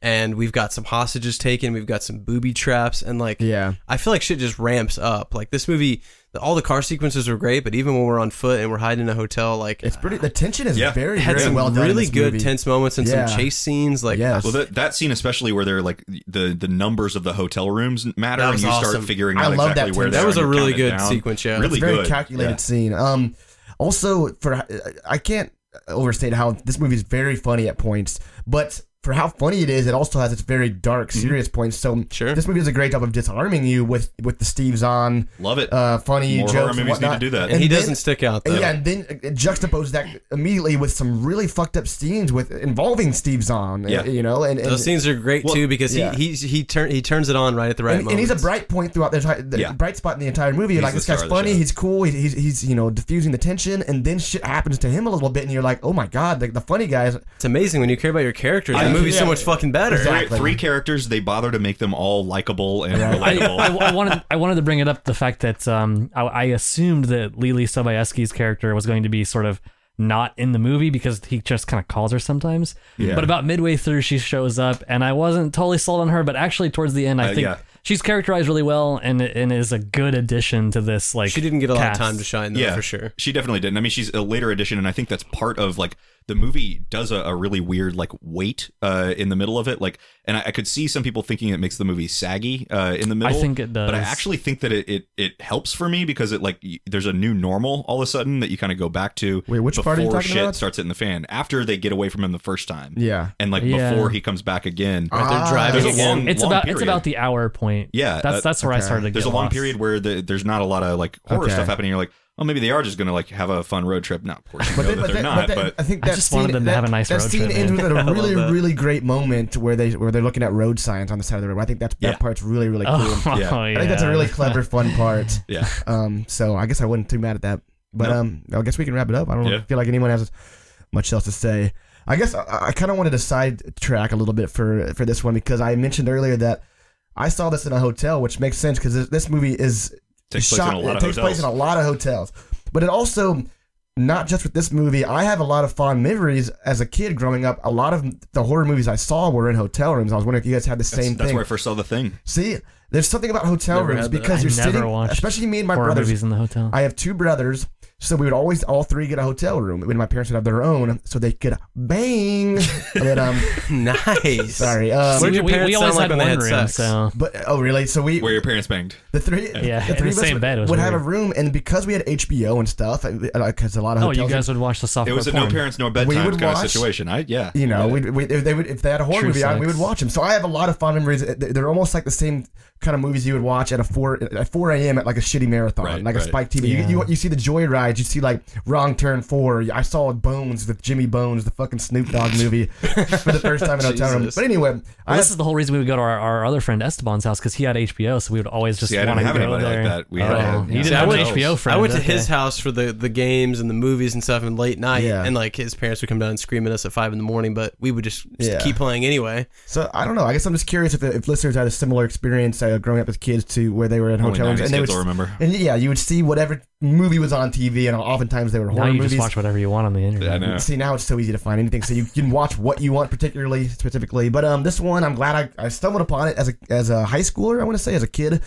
and we've got some hostages taken, we've got some booby traps, and like Yeah. I feel like shit just ramps up. Like this movie, the- all the car sequences are great, but even when we're on foot and we're hiding in a hotel, like It's pretty. The tension is Yeah. very, it had very some well done. in really this good movie. tense moments and Yeah. some chase scenes. Like Yes. Well, that, that scene especially where they're like the the numbers of the hotel rooms matter, That and was you awesome. start figuring I out love exactly that where too. they that are, was a and you really count it good down. sequence. Yeah, Really it's a very good. calculated Yeah. scene. Um, also for I can't overstate how this movie is very funny at points, but for how funny it is, it also has its very Mm-hmm. dark, serious points. So Sure. this movie does a great job of disarming you with with the Steve's on Love it. uh, funny More jokes. horror and movies need to whatnot. do that. and, he then- doesn't stick out though. and yeah, and then it juxtaposes that immediately with some really fucked up scenes with involving Steve Zahn. uh, Yeah. you know, and, and Those scenes are great Well, too because yeah. he he he turn he turns it on right at the right and, moment. and he's a bright point throughout the entire the Yeah. bright spot in the entire movie. like the this guy's star of the funny, show. he's cool, he- he's he's you know diffusing the tension, and then shit happens to him a little bit, and you're like, oh my god, like the funny guys. It's amazing when you care about your characters. I- The movie's so yeah. much fucking better. Three- Exactly. Three characters. They bother to make them all likable and I, relatable. I, I wanted I wanted to bring it up the fact that um I, I assumed that Lily Sobieski's character was going to be sort of not in the movie because he just kind of calls her sometimes. Yeah. But about midway through, she shows up, and I wasn't totally sold on her. But actually, towards the end, I Uh, think yeah. she's characterized really well and and is a good addition to this like she didn't get a lot cast. of time to shine though, Yeah. for sure. She definitely didn't. I mean, she's a later addition, and I think that's part of like the movie does a, a really weird like wait uh, in the middle of it. Like, and I, I could see some people thinking it makes the movie saggy uh, in the I middle. think it does. but I actually think that it, it it helps for me because it like y- there's a new normal all of a sudden that you kind of go back to. Wait, which part are you before talking shit about? starts hitting the fan after they get away from him the first time, Yeah. and like Yeah. before he comes back again. Right, they're Ah. driving There's a again. long- it's about it's period. about the hour point. Yeah, that's uh, that's where I okay. started. To there's a get long lost. period where the, there's not a lot of like horror Okay. stuff happening. You're like, oh, maybe they are just gonna like have a fun road trip. No, of course you know then- that they're then- not. then but I think I that just scene, wanted them to that, have a nice that road scene trip, ends man. with a love really, that. really great moment where they where they're looking at road signs on the side of the road. I think that that Yeah. part's really, really cool. Oh, yeah. Yeah. I think that's a really clever, fun part. yeah, Um, so I guess I wasn't too mad at that. But No. um, I guess we can wrap it up. I don't Yeah. feel like anyone has much else to say. I guess I, I kind of wanted to sidetrack a little bit for for this one because I mentioned earlier that I saw this in a hotel, which makes sense because this, this movie is takes place shot. in a lot it of takes hotels. place in a lot of hotels, but it also not just with this movie. I have a lot of fond memories as a kid growing up. A lot of the horror movies I saw were in hotel rooms. I was wondering if you guys had the That's- same That's thing. where I first saw the thing. See, there's something about hotel Never rooms had that. because I you're never sitting, watched especially me and my horror brothers. movies in the hotel. I have two brothers, so we would always all three get a hotel room. When my parents would have their own, so they could bang. but um, Nice. sorry. Um, What did we, your we- we parents sound always like had when they one had room, sex? so but oh, really? So we Where your parents banged. the three Yeah, the three in the of us same would, bed, it was would have a weird. room, and because we had HBO and stuff, because a lot of oh, hotels. you guys would watch the software. It was a no porn. parents, no bedtime would kind watch- of situation. I yeah. you know, we'd, we if they would if they had a horror True movie on, we sex. would watch them. So I have a lot of fond memories. They- They're almost like the same kind of movies you would watch at a four at four a.m. at like a shitty marathon, Right, like a right. Spike TV. Yeah. You, you you see the Joyride, you see like Wrong Turn Four. I saw Bones with Jimmy Bones, the fucking Snoop Dogg movie, for the first time in a hotel room. Jesus. But anyway, Well, I this have, is the whole reason we would go to our, our other friend Esteban's house because he had HBO, so we would always just See, I want to didn't have go anybody like there. that. We oh, had- yeah. See, you didn't I have an went- HBO friend. I went to okay. his house for the, the games and the movies and stuff and late night Yeah. and like his parents would come down and scream at us at five in the morning, but we would just Yeah. keep playing anyway. so I don't know. I guess I'm just curious if, if listeners had a similar experience uh, growing up as kids to where they were in Only hotel rooms 90s and they would. kids will remember. And yeah, you would see whatever movie was on TV, and oftentimes they were horror Now you movies. just watch whatever you want on the internet. I know. See, now it's so easy to find anything, so you can watch what you want, particularly specifically. But um, this one, I'm glad I, I stumbled upon it as a as a high schooler. I want to say as a kid,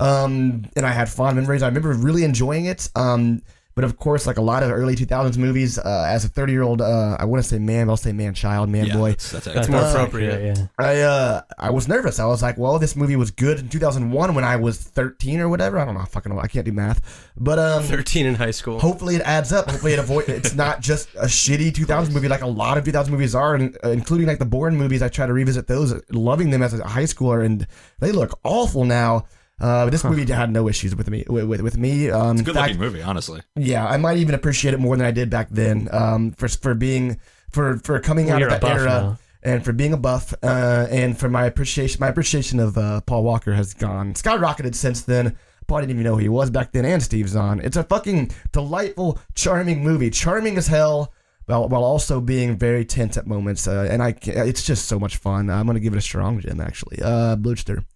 um, and I had fond memories. I remember really enjoying it. Um, but of course, like a lot of early 2000s movies, uh, as a 30 year old, uh, I want to say man, but I'll say man child, man Yeah, boy. That's, that's That's it. more Uh, appropriate. Yeah, yeah. I uh I was nervous. I was like, well, this movie was good in 2001 when I was 13 or whatever. I don't know. I fucking know. I can't do math. But um, 13 in high school. Hopefully it adds up. Hopefully it avoid. It's not just a shitty 2000 movie like a lot of 2000 movies are, and uh, including like the Bourne movies. I try to revisit those, loving them as a high schooler, and they look awful now. Uh, but this movie had no issues with me. With, with, with me, um, in Good fact, looking movie, honestly. yeah, I might even appreciate it more than I did back then. Um, for for being for for coming Well, out you're of a that buff era now. and for being a buff uh, and for my appreciation my appreciation of uh, Paul Walker has gone skyrocketed since then. Paul didn't even know who he was back then, and Steve Zahn. It's a fucking delightful, charming movie, charming as hell, while, while also being very tense at moments. Uh, and I, ca- it's just so much fun. I'm gonna give it a strong gem actually. Uh, Bluester.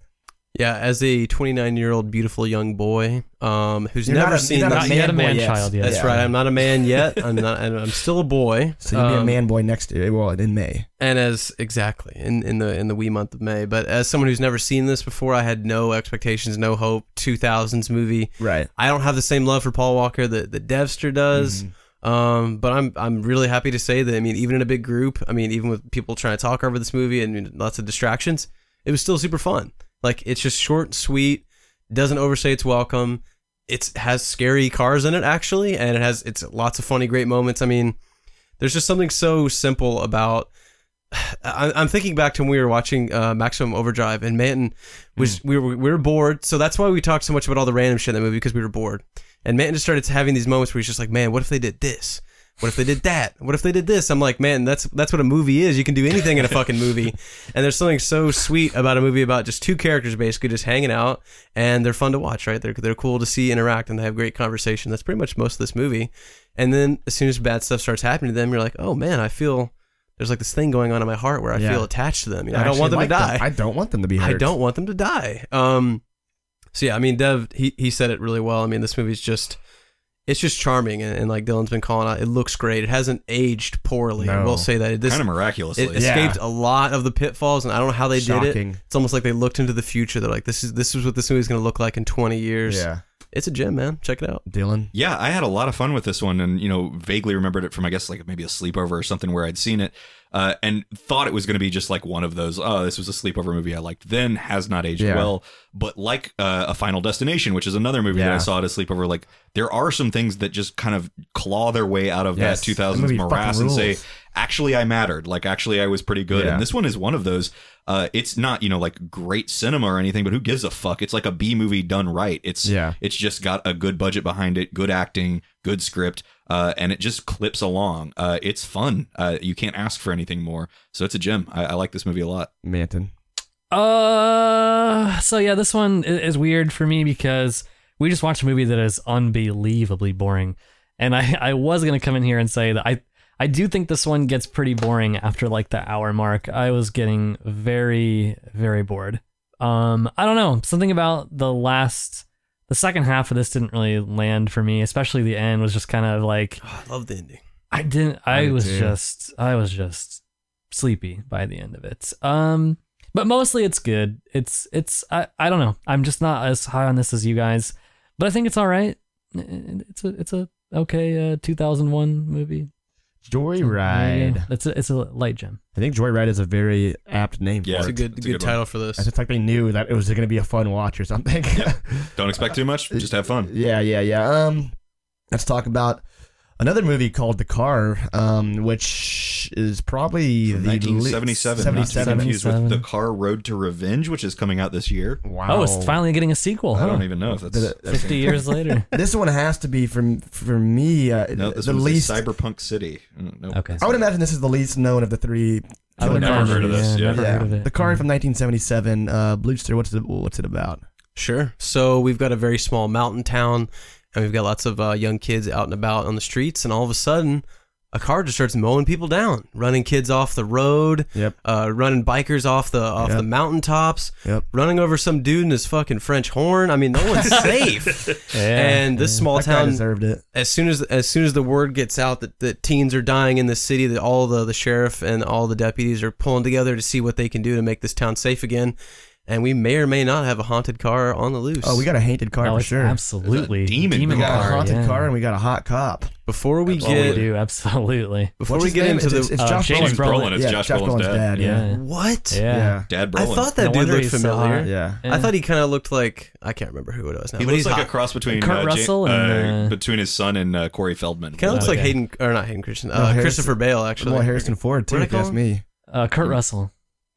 Yeah, as a 29 year old beautiful young boy um, who's You're never not a- seen you're this. not Not yet a man boy man yet. child yet. That's Yeah. right. I'm not a man yet. I'm not. I'm I'm still a boy. So you'll be a Um, man boy next year. Well, in May. And as exactly in, in the in the wee month of May, but as someone who's never seen this before, I had no expectations, no hope. 2000s movie. Right. I don't have the same love for Paul Walker that that Devster does. Um, but I'm I'm really happy to say that I mean even in a big group, I mean even with people trying to talk over this movie and lots of distractions, it was still super fun. Like it's just short and sweet, doesn't overstay its welcome. It has scary cars in it actually, and it has it's lots of funny great moments. I mean, there's just something so simple about I- I'm thinking back to when we were watching uh, Maximum Overdrive, and Manton was we were we were bored, so that's why we talked so much about all the random shit in that movie because we were bored. And Manton just started having these moments where he's just like, "Man, what if they did this? What if they did that? What if they did this?" I'm like, "Man, that's that's what a movie is. You can do anything in a fucking movie." And there's something so sweet about a movie about just two characters basically just hanging out, and they're fun to watch, right? They're they're cool to see interact, and they have great conversation. That's pretty much most of this movie. And then as soon as bad stuff starts happening to them, you're like, "Oh man, I feel." There's like this thing going on in my heart where I Yeah. feel attached to them. You know, I, don't actually want them like to die. I don't want them to be hurt. I don't want them to die. Um, so yeah, I mean, Dev, he, he said it really well. I mean, this movie's just, it's just charming, and, and like Dylan's been calling out, it looks great. It hasn't aged poorly. I No. will say that this kind of miraculously. it Yeah. escaped a lot of the pitfalls, and I don't know how they did it. Shocking. It's almost like they looked into the future. They're like, this is this is what this movie's going to look like in 20 years. Yeah, It's a gem, man. Check it out. Dylan. Yeah, I had a lot of fun with this one, and you know, vaguely remembered it from I guess like maybe a sleepover or something where I'd seen it, uh, and thought it was going to be just like one of those. Oh, this was a sleepover movie I liked then, has not aged Yeah. well. But like uh, a Final Destination, which is another movie that I Yeah. saw at a sleepover, like there are some things that just kind of claw their way out of Yes, that that 2000s movie fucking morass and say, rules. actually, I mattered. Like actually, I was pretty good. Yeah. And this one is one of those. Uh, it's not you know like great cinema or anything, but who gives a fuck? It's like a B movie done right. It's Yeah. it's just got a good budget behind it, good acting, good script, uh, and it just clips along. Uh, it's fun. Uh, you can't ask for anything more. So it's a gem. I, I like this movie a lot. Manton. Uh, so yeah, this one i- is weird for me because we just watched a movie that is unbelievably boring, and I I was gonna come in here and say that I I do think this one gets pretty boring after like the hour mark. I was getting very very bored. Um, I don't know something about the last the second half of this didn't really land for me, especially the end was just kind of like Oh, I love the ending. I didn't. I Me was too. just. I was just sleepy by the end of it. Um, but mostly it's good. It's it's. I I don't know. I'm just not as high on this as you guys, but I think it's all right. It's a it's a okay uh, 2001 movie. Joyride. Yeah, It's a it's a light gem. I think Joyride is a very apt name. for Yeah. It's a it. good It's a good, good one. title for this. It's like they knew that it was going to be a fun watch or something. Don't expect too much. Just have fun. Yeah, yeah, yeah. Um, let's talk about another movie called The Car, um, which is probably From the 1977, Li- not to be 77. confused with 77. The Car Road to Revenge, which is coming out this year. Wow. Oh, it's finally getting a sequel. I Huh? don't even know if that's Did it- 50 years later. This one has to be from for me uh, No, this the was least. Cyberpunk City. Mm, nope. Okay. I would imagine this is the least known of the three. I would killer never cars. heard of this, Yeah, yeah. Never Yeah. heard of it. The Car from 1977. Uh, Bluester, what's it, what's it about? Sure. So we've got a very small mountain town, and we've got lots of uh, young kids out and about on the streets, and all of a sudden, a car just starts mowing people down, running kids off the road, Yep. uh, running bikers off the off Yep. the mountaintops, Yep. running over some dude in his fucking French horn. I mean, no one's safe. Yeah. And this small That guy town, deserved it. as soon as as soon as the word gets out that, that teens are dying in this city, that all the the sheriff and all the deputies are pulling together to see what they can do to make this town safe again. And we may or may not have a haunted car on the loose. Oh, we got a haunted car Oh, for it's sure. Absolutely. There's a demon we got car, a haunted yeah. car and we got a hot cop. Before we That's all we get We do absolutely. before What's we his get name? into It's- the it's, it's uh, Josh James James Brolin. Brolin. It's yeah, Josh, Josh Brolin's, Brolin's dad. dad. Yeah. what? Yeah. Yeah. Dad I Brolin. thought that No dude wonder looked he's so familiar. hot. Yeah. I thought he kind of looked like I can't remember who it was now. he but looks he's like hot. a cross between Kurt uh, Ja- Russell and, uh, uh, between his son and uh, Corey Feldman. Kind of looks like Okay. Hayden or not Hayden Christian. Uh, Harrison- Christopher Bale actually. Well, Harrison Ford too. What do If they you call ask him? me. Uh, Kurt Russell.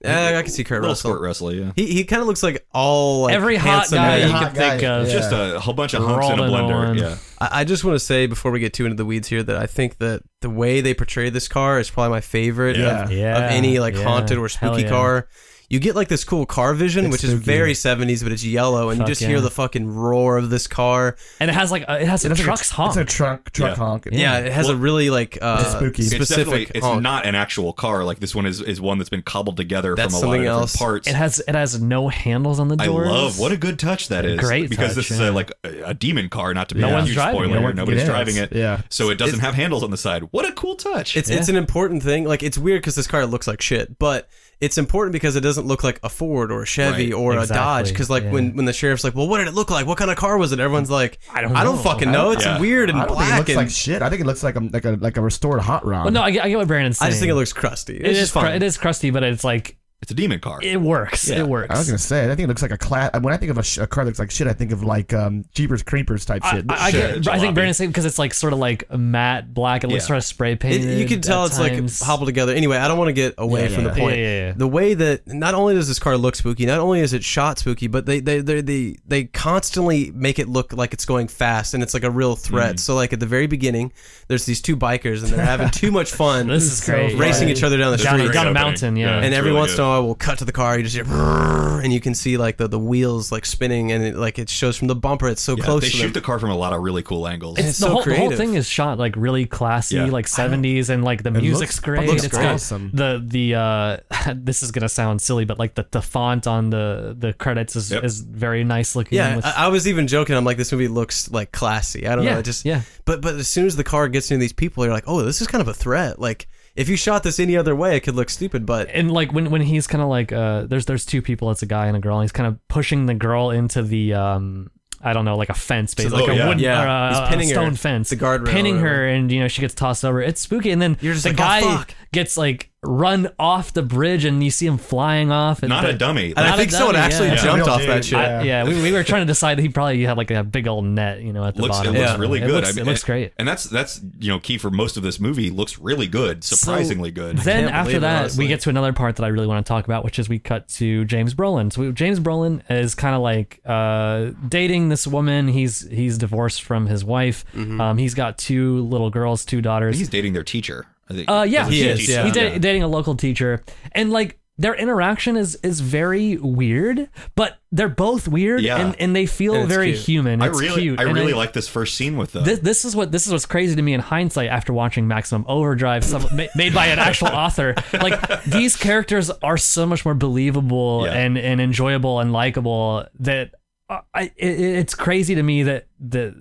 Eh, I can see Kurt Little Russell. Kurt Russell, yeah. He he kind of looks like all like, Every hot handsome guy men. you Hot can think guy, of. yeah. Just a whole bunch of humps in a Rolling blender. on. Yeah. I, I just want to say before we get too into the weeds here that I think that the way they portray this car is probably my favorite Yeah. of, Yeah, of any like yeah. haunted or Hell spooky yeah. car. You get like this cool car vision, It's which is spooky. very seventies, but it's yellow, and Fuck you just hear yeah. the fucking roar of this car. And it has like a, it has It a looks like truck's a, honk. It's a trunk truck Yeah. honk. Yeah, it has a Well, really like uh, spooky. It's It's definitely specific. it's honk. not an actual car. Like this one is is one that's been cobbled together That's from a something lot of else. different parts. It has it has no handles on the I doors. love what a good touch that is. Great because touch, this yeah. is a, like a, a demon car, not to be No a one's huge driving it. spoiler. No one can Nobody's Yeah. driving it, Yeah. so it doesn't have handles on the side. What a cool touch! It's Yeah. it's an important thing. Like it's weird because this car looks like shit, but it's important because it doesn't look like a Ford or a Chevy Right, or a Dodge. exactly, Because like yeah. when when the sheriff's like, "Well, what did it look like? What kind of car was it?" Everyone's like, I don't I don't know. fucking I know. don't- It's Yeah. weird and I don't black think it looks and like shit. I think it looks like a like a like a restored hot rod. Well, Oh, no, I get, I get what Brandon's saying. I just think it looks crusty. It It's is just cru- fine. it is crusty, but it's like It's a demon car. it works. Yeah. It works. I was gonna say. I think it looks like a class. When I think of a, sh- a car that looks like shit, I think of like um Jeepers Creepers type I, shit. I, I Sure, get, I jalopy. think Brandon's saying because it's like sort of like a matte black. It looks Yeah. sort of spray It- painted. you can tell at it's times. like hobbled together. Anyway, I don't want to get away Yeah, from yeah, the yeah. point. Yeah, yeah, yeah. The way that not only does this car look spooky, not only is it shot spooky, but they they they they, they constantly make it look like it's going fast and it's like a real Mm-hmm. threat. So like at the very beginning, there's these two bikers and they're having too much fun This is so great. racing Right. each other down the Down, street. down a Opening. mountain, yeah. Yeah. and It's every really once in a good. now we'll cut to the car. You just hear, "Brrr," and you can see like the, the wheels like spinning, and it, like it shows from the bumper. It's so Yeah, close. they to shoot them. the car from a lot of really cool angles. And it's the so whole, the whole creative. thing is shot like really classy, Yeah. like seventies, and like the looks- music's it great. looks It's got awesome. the the uh, this is gonna sound silly, but like the, the font on the the credits is, Yep. is very nice looking. yeah, with, I, I was even joking. I'm like, this movie looks like classy. I don't yeah, know. It just yeah. But but as soon as the car gets near these people, you're like, oh, this is kind of a threat. Like if you shot this any other way, it could look stupid. But And like when when he's kind of like uh, there's there's two people, it's a guy and a girl, and he's kind of pushing the girl into the um. I don't know, like a fence, basically, the- like oh, a yeah. wooden Yeah. or a, He's a pinning her. stone fence, The guardrail or pinning whatever. her, and you know she gets tossed over. It's spooky, and then You're just the like, "Oh, guy fuck." gets like run off the bridge, and you see him flying off. And Not the, a dummy. and I Not think a someone dummy, actually yeah. jumped Real off that dude, shit. I- yeah, we, we were trying to decide he probably had like a big old net, you know, at the looks, it bottom. looks Yeah. really It good. looks- I mean, it looks and- great. and that's that's you know key for most of this movie. Looks really good, surprisingly good. can't then believe after it, that, honestly. we get to another part that I really want to talk about, which is we cut to James Brolin. So we, James Brolin is kind of like uh, dating this woman. He's he's divorced from his wife. Um, he's got two little girls, two daughters. Mm-hmm. He's dating their teacher. I think. Uh, yeah, Doesn't she is, teach yeah. them? He's da- dating a local teacher, and like their interaction is is very weird, but they're both weird, Yeah. and, and they feel And it's very cute. human. I It's really, cute. I and really like this first scene with them. This, this is what this is what's crazy to me in hindsight after watching Maximum Overdrive, some, ma- made by an actual author. Like these characters are so much more believable Yeah. and and enjoyable and likable that uh, I it, it's crazy to me that the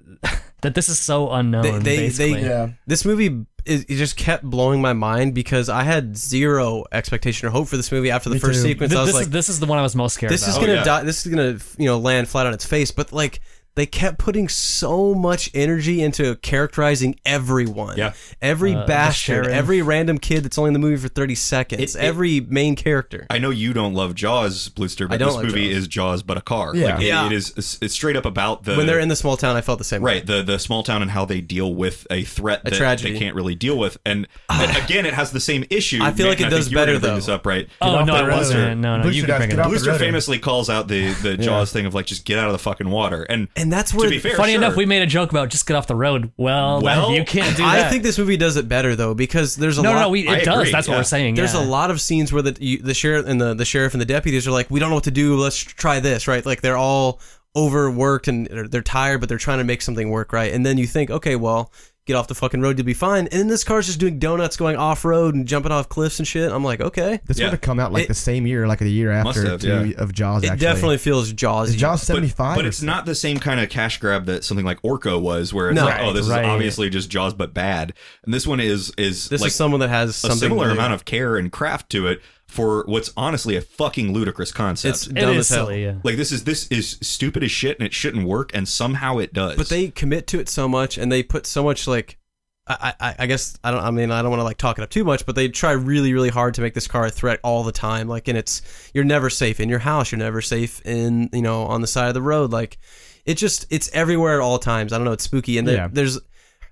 that this is so unknown. They- they- basically. they- This movie is it just kept blowing my mind because I had zero expectation or hope for this movie after the Me first too. sequence. Th- I was this like, is this is the one I was most scared this about. is gonna Oh, yeah. die. This is gonna you know land flat on its face. But like they kept putting so much energy into characterizing everyone. Yeah. Every Uh, the bastard, sheriff. every random kid that's only in the movie for thirty seconds, It- it- every main character. I know you don't love Jaws, Blister, but don't this like movie Jaws. is Jaws but a car. Yeah. Like, it- Yeah. it is. It's, it's straight up about the when they're in the small town, I felt the same. way. right the the small town and how they deal with a threat that tragedy. they can't really deal with. And and again, it has the same issue. I feel like it Nick, and I does think you were gonna better, bring though. This up right. oh off the no, I road. wasn't. No, no, Blue Shoe you can guys, bring it get up. off the Booster road. famously calls out the the Jaws thing of like just get out of the fucking water. And And that's to where be fair, Funny sure. enough, we made a joke about just get off the road. Well, that- Well, you can't do that. I think this movie does it better though because there's a no, lot. no, no, we, I it does. agree, That's what yeah. we're saying. there's yeah. a lot of scenes where the you, the sheriff and the, the sheriff and the deputies are like, we don't know what to do. Let's try this, right? Like they're all overworked and they're, they're tired, but they're trying to make something work, right? And then you think, okay, well, get off the fucking road, you'll be fine. And then this car's just doing donuts, going off road and jumping off cliffs and shit. I'm like, okay, This Yeah. would have come out like It- the same year, like a year after have, to- yeah. of Jaws. it Actually, definitely feels Jaws. is Jaws seventy five. But it's not the same kind of cash grab that something like Orca was, where it's No. like, oh, this Right. is obviously just Jaws but bad. And this one is is This like is someone that has a something similar new. amount of care and craft to it for what's honestly a fucking ludicrous concept. It's It dumb is as hell. silly. Yeah. like this is this is stupid as shit and it shouldn't work and somehow it does. but they commit to it so much and they put so much like I, I, I guess I don't I mean I don't want to like talk it up too much, but they try really really hard to make this car a threat all the time. Like, and it's you're never safe in your house, you're never safe in you know on the side of the road. Like, it just it's everywhere at all times. I don't know, it's spooky and there- Yeah. there's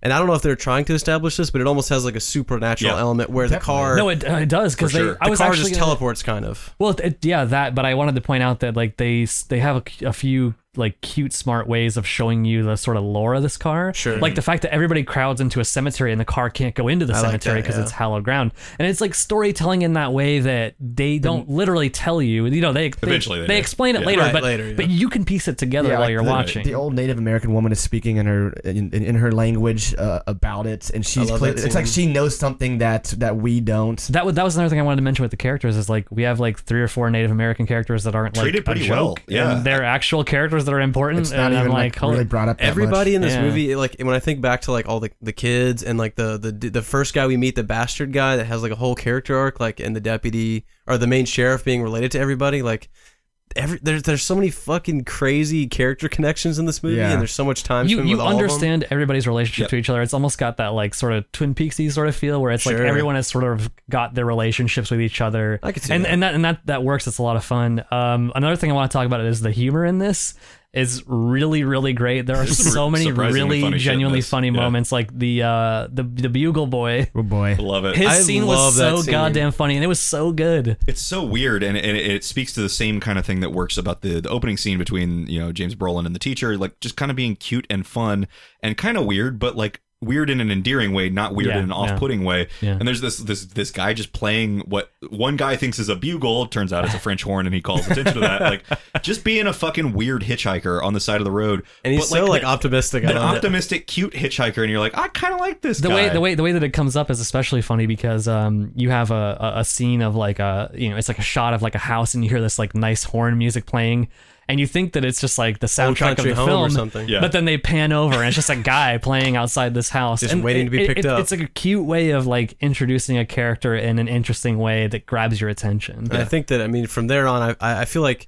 and I don't know if they're trying to establish this, but it almost has like a supernatural Yeah. element where Definitely. the car No, it, uh, it does because For sure. I the was car actually just gonna- teleports kind of. Well, it, yeah, that. But I wanted to point out that like they s- they have a, a few like cute, smart ways of showing you the sort of lore of this car. Sure. Like the fact that everybody crowds into a cemetery and the car can't go into the I like cemetery that, because yeah. it's hallowed ground, and it's like storytelling in that way that they don't literally tell you. You know, they they, Eventually they do. explain it Yeah. later, Right, but later, yeah. but you can piece it together Yeah, while like you're the- watching. The old Native American woman is speaking in her in, in, in her language uh, about it, and she's love clear, that it's like scene. she knows something that that we don't. that was that was another thing I wanted to mention with the characters is like we have like three or four Native American characters that aren't like Treated a pretty joke, well, yeah. and they're actual characters that are important. It's not and even I'm like, like, holy really brought up. That Everybody much. in this Yeah. movie, like when I think back to like all the the kids and like the the the first guy we meet, the bastard guy that has like a whole character arc, like and the deputy or the main sheriff being related to everybody, like. Every, there's there's so many fucking crazy character connections in this movie, Yeah. and there's so much time. you spent you with all of them. understand everybody's relationship to each other. It's almost got that like sort of Twin Peaksy sort of feel where it's Sure. like everyone has sort of got their relationships with each other. I could see and that. and that and that that works. It's a lot of fun. Um, another thing I want to talk about is the humor in this is really really great. There are There's some so many surprisingly really funny shit in genuinely this. funny Yeah. moments, like the uh the the bugle boy. Oh boy. I love it. His I scene love was that so scene. goddamn funny, and it was so good. it's so weird and, and it, it speaks to the same kind of thing that works about the, the opening scene between you know james brolin and the teacher like just kind of being cute and fun and kind of weird but like weird in an endearing way, not weird Yeah, in an yeah. off-putting way. Yeah. And there's this this this guy just playing what one guy thinks is a bugle, turns out it's a French horn, and he calls attention to that. Like just being a fucking weird hitchhiker on the side of the road, and he's But, so like an- optimistic. I an love it. optimistic, cute hitchhiker, and you're like, I kind of like this the guy. way the way the way that it comes up is especially funny because um you have a, a a scene of like a you know it's like a shot of like a house and you hear this like nice horn music playing and you think that it's just like the soundtrack of Country the Home film or something. Yeah. but then they pan over and it's just a guy playing outside this house Just and waiting it- to be it- picked it- up. it's like a cute way of like introducing a character in an interesting way that grabs your attention And I think that I mean from there on, I- I I feel like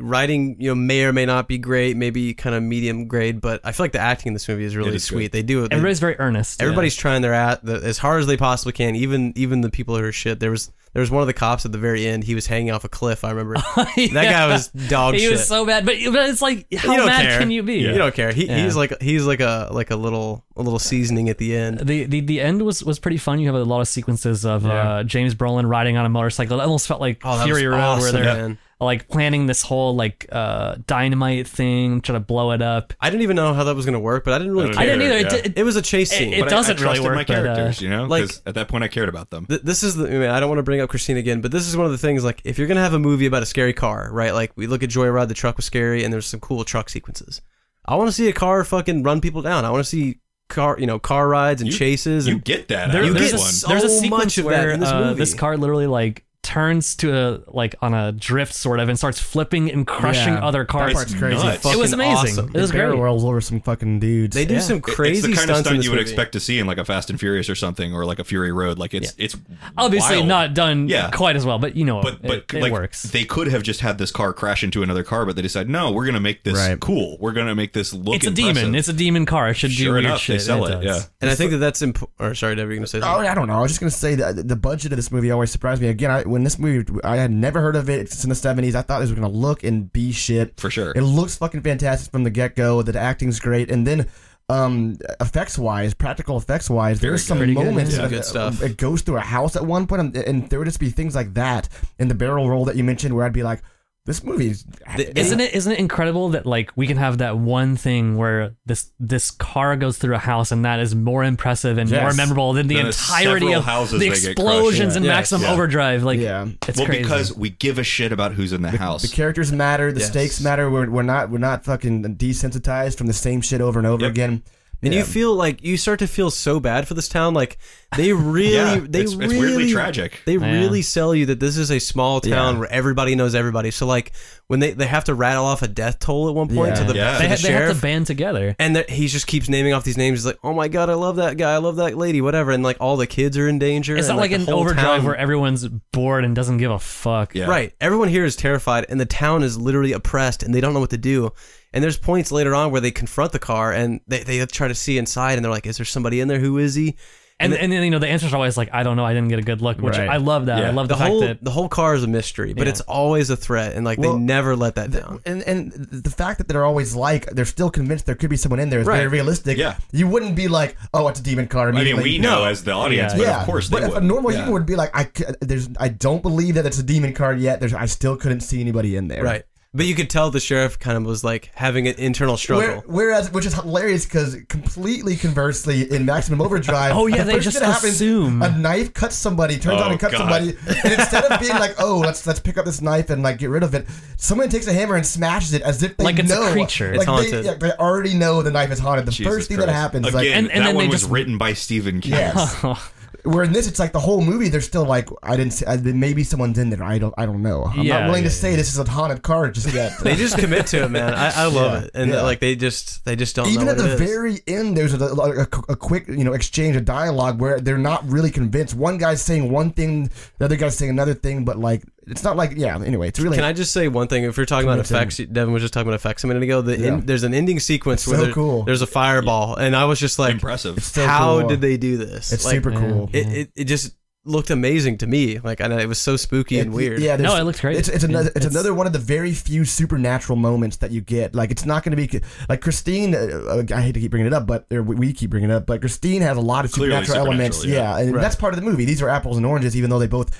writing you know may or may not be great, maybe kind of medium grade, but I feel like the acting in this movie is really is good. sweet. They do it. They, everybody's very earnest everybody's trying their at the, as hard as they possibly can. Even even the people who are shit. There was there was one of the cops at the very end. He was hanging off a cliff. I remember that yeah. guy was dog he shit. was so bad but, but it's like how don't mad care. can you be you don't care. He, Yeah. He's like he's like a like a little a little seasoning at the end. the, the the end was was pretty fun. You have a lot of sequences of uh, James Brolin riding on a motorcycle. It almost felt like Oh, that Fury was Road, awesome, where they're man. like planning this whole like uh, dynamite thing, trying to blow it up. I didn't even know how that was gonna work, but I didn't really. don't care. I didn't Yeah, either. yeah. It, did- It was a chase scene. It- But I- doesn't I really trusted work, My but, uh, characters, you know, like- like at that point, I cared about them. Th- this is the I, mean, I don't want to bring up Christine again, but this is one of the things like if you're gonna have a movie about a scary car, right? Like we look at Joyride, the truck was scary, and there's some cool truck sequences. I want to see a car fucking run people down. I want to see car, you know, car rides and You- chases You and get that. there- out of you there's, this get one. a, there's a so sequence much of that where in this uh, movie. this car literally like turns to a like on a drift sort of and starts flipping and crushing Yeah. other cars. That part's It's crazy. nuts. It was fucking amazing. awesome. It was Barrel great. rolls over some fucking dudes. They do Yeah. some It- crazy it's the kind of stunts in stunt this you would movie. expect to see in like a Fast and Furious or something, or like a Fury Road. Like it's it's Obviously wild. not done Yeah. quite as well, but you know, But but it, it like works. they could have just had this car crash into another car, but they decided no, we're gonna make this Right. cool. We're gonna make this look. it's a impressive. demon. It's a demon car. It should do sure weird enough, shit. they sell it. and yeah, does. and I think that that's important. Or sorry, Deb, you gonna say Oh, something? I don't know. I was just gonna say that the budget of this movie always surprised me. Again, I, when this movie, I had never heard of it. It's in the seventies. I thought this was gonna look and be shit. for sure. It looks fucking fantastic from the get go. The acting's great, and then um effects wise, practical effects wise, Very there's some good. Pretty good, moments. yeah. that- Good stuff. It goes through a house at one point, and, and there would just be things like that. And the barrel roll that you mentioned, where I'd be like, "This movie's The- Isn't it isn't it incredible that like we can have that one thing where this this car goes through a house and that is more impressive and Yes. more memorable than the Than the entirety several of houses they the get crushed. explosions and Yeah. maximum Yeah. overdrive like yeah." it's well, crazy because we give a shit about who's in the, house. The characters matter. The Yes. stakes matter. We're, we're not we're not fucking desensitized from the same shit over and over Yep. again. And Yeah. you feel like you start to feel so bad for this town. Like they really, yeah, they it's, really, it's weirdly tragic. They Yeah. really sell you that this is a small town Yeah. where everybody knows everybody. So like when they, they have to rattle off a death toll at one point Yeah. to the, to the Yeah. they, ha- they have sheriff, to band together and there- he just keeps naming off these names. He's like, oh my god, I love that guy, I love that lady, whatever. And like all the kids are in danger. it's and, not like, the an whole overdrive town- where everyone's bored and doesn't give a fuck Yeah. Right. Everyone here is terrified, and the town is literally oppressed, and they don't know what to do. And there's points later on where they confront the car, and they, they try to see inside, and they're like, "Is there somebody in there? Who is he?" and and then you know the answer's always like I don't know I didn't get a good look which Right. I love that I Yeah. love the, The whole fact that the whole car is a mystery, but Yeah. it's always a threat, and like Well, they never let that down. And and the fact that they're always like they're still convinced there could be someone in there is very Right. realistic. Yeah. you wouldn't be like, oh, it's a demon car. I mean, immediately. we know as the audience, Yeah. but yeah, of course but they if would. a normal Yeah. human would be like, I c- there's I don't believe that it's a demon card yet. There's I still couldn't see anybody in there. Right. But you could tell the sheriff kind of was like having an internal struggle. Where, whereas, which is hilarious because completely conversely in Maximum Overdrive, Oh, yeah, the they first just shit that happens, assume. a knife cuts somebody, turns Oh, on and cuts God. somebody, and instead of being like, "Oh, let's let's pick up this knife and like get rid of it," someone takes a hammer and smashes it as if they Like it's a know, creature. like It's they- haunted. yeah, They, already know the knife is haunted. The Jesus first thing that Christ. happens, again, like, And- and that then they one was just- written by Stephen King. yes. Where in this, it's like the whole movie. They're still like, I didn't. See, I, maybe someone's in there. I don't. I don't know. I'm Yeah, not willing yeah, to say this is a haunted card just yet. they just commit to it, man. I, I love Yeah, it, and yeah. like they just they just don't Even know at what the it is. very end, there's a, a, a quick, you know, exchange of dialogue where they're not really convinced. One guy's saying one thing, the other guy's saying another thing, but like it's not like yeah. Anyway, it's really Can I just say one thing? If you're talking about effects, Devin was just talking about effects a minute ago. The Yeah. in, there's an ending sequence where so there- cool. there's a fireball, and I was just like, Impressive. so how cool. did they do this? It's like, super cool. It, it it just looked amazing to me. Like and it was so spooky and It- weird. Yeah, there's- No, it looks great. It's, it's another it's, It's- another one of the very few supernatural moments that you get. Like it's not going to be like Christine. Uh, uh, I hate to keep bringing it up, but or we- we keep bringing it up, but Christine has a lot of Clearly supernatural, elements. supernatural, Yeah, yeah. and Right. that's part of the movie. These are apples and oranges, even though they both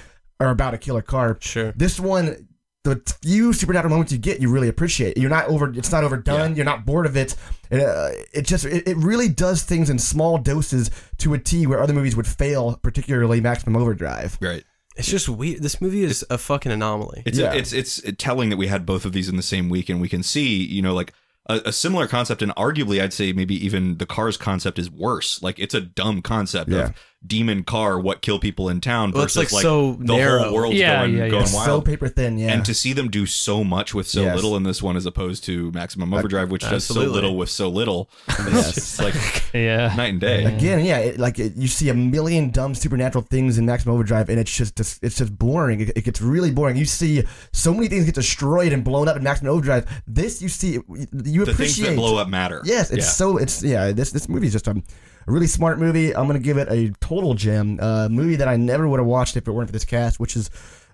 are about a killer car. Sure. This one the few supernatural moments you get, you really appreciate. You're not over. It's not overdone. You're not bored of it. Uh, it just it, it really does things in small doses to a T where other movies would fail, particularly Maximum Overdrive. Right. It's just weird. This movie is a fucking anomaly. It's Yeah. it's it's telling that we had both of these in the same week, and we can see you know like a, a similar concept, and arguably I'd say maybe even the cars concept is worse. Like it's a dumb concept Yeah. of demon car, what kill people in town Well, it's, like, versus like so the narrow. whole world's Yeah, going, yeah, yeah. going It's wild. so paper thin. Yeah. And to see them do so much with so Yes. little in this one, as opposed to Maximum Overdrive, which does so Absolutely. little with so little, it's just like Yeah. night and day. Again, yeah, it, like it, you see a million dumb supernatural things in Maximum Overdrive, and it's just dis- it's just boring. It, it gets really boring. You see so many things get destroyed and blown up in Maximum Overdrive. This you see, you The things appreciate. that blow up matter. Yes, it's Yeah. so it's yeah. This this movie is just a, a really smart movie. I'm gonna give it a total gem. A movie that I never would have watched if it weren't for this cast, which is.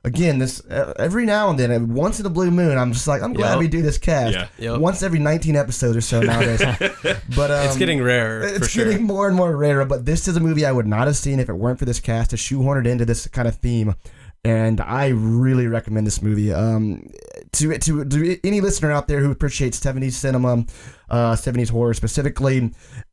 Again, this uh, every now and then, uh, once in a blue moon, I'm just like, I'm glad Yep. we do this cast. Yeah. Yep. Once every 19 episodes or so nowadays. but um, it's getting rare for it's sure. getting more and more rare, but this is a movie I would not have seen if it weren't for this cast to shoehorn it into this kind of theme. And I really recommend this movie. Um, to to, to any listener out there who appreciates 70s cinema, uh, 70s horror specifically,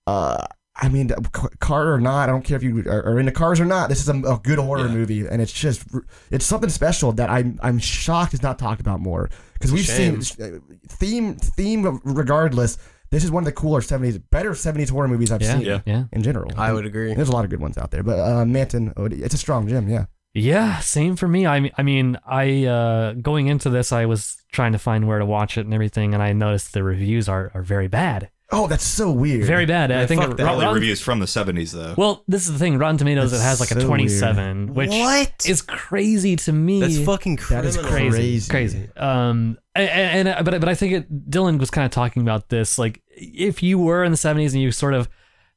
uh, I mean, c- car or not, I don't care if you are, are into cars or not. This is a, a good horror Yeah. movie, and it's just it's something special that I'm I'm shocked is not talked about more because we've shame. seen uh, theme theme regardless. This is one of the cooler 70s, better 70s horror movies I've Yeah. seen Yeah. Yeah. in general. I would agree. There's a lot of good ones out there, but uh, Manton, oh, it's a strong gym. Yeah, Yeah, same for me. I mean, I mean, I uh, going into this, I was trying to find where to watch it and everything, and I noticed the reviews are, are very bad, Oh, that's so weird. very bad. I Man, think fuck it- that. Probably Rotten- reviews from the '70s though. Well, this is the thing. Rotten Tomatoes That's it has like a so 27, which What? is crazy to me. That's fucking That criminal. is crazy, crazy. crazy. Um, and, and but but I think it, Dylan was kind of talking about this. Like, if you were in the seventies and you sort of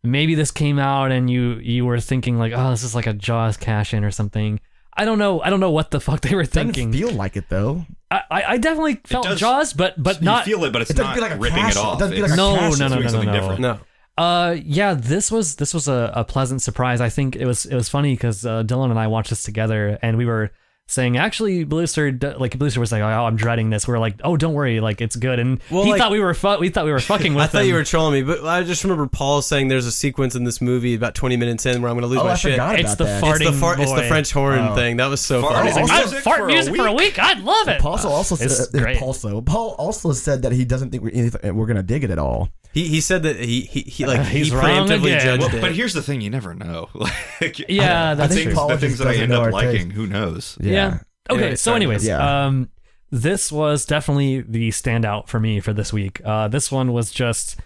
maybe this came out and you you were thinking like, oh, this is like a Jaws cash in or something. I don't know. I don't know what the fuck they were Doesn't thinking. feel like it though. I, I I definitely felt does- Jaws, but but you not. feel it, but it's It doesn't not feel like a ripping cash- it off. it doesn't feel It's- like a no, cash is no, no, doing no, no, something no. different. No. Uh, yeah, this was this was a, a pleasant surprise. I think it was it was funny because uh, Dylan and I watched this together, and we were saying actually, Blizzard d- like Blizzard was like, oh, I'm dreading this. We were like, oh, don't worry, like it's good. And Well, he like- thought we were fu- we thought we were fucking with I thought him. you were trolling me, but I just remember Paul saying there's a sequence in this movie about 20 minutes in where I'm going to lose oh, my I shit. forgot it's about the that. fart- It's the, Farting fart, it's the boy. French horn Oh. thing. That was so Fart funny. is like- I Music fart for a music for a week. I love it. Paul also It's said, great. also, Paul also said that he doesn't think we're, we're gonna dig it at all. He, he said that he he, he like He's he wrong preemptively again. judged Well, it. but here's the thing: you never know. Like, Yeah, the that's things- true. The things that I Apologies doesn't end know up our liking, taste. who knows? Yeah. Okay. Anyway, so, sorry. anyways, Yeah. um, this was definitely the standout for me for this week. Uh, this one was just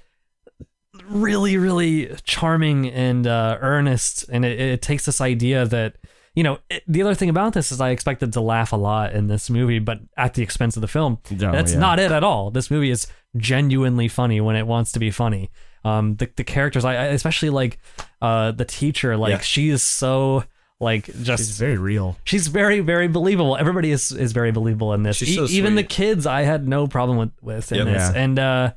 really, really charming and uh, earnest, and it, it takes this idea that you know it, the other thing about this is I expected to laugh a lot in this movie, but at the expense of the film. No, That's yeah. not it at all. This movie is genuinely funny when it wants to be funny. Um, the the characters, I, I especially like uh the teacher, like Yeah. she is so like just It's very real. She's very, very believable. Everybody is, is very believable in this. E-, She's so Even the sweet. kids, I had no problem with, with in Yep. this. Yeah. And uh,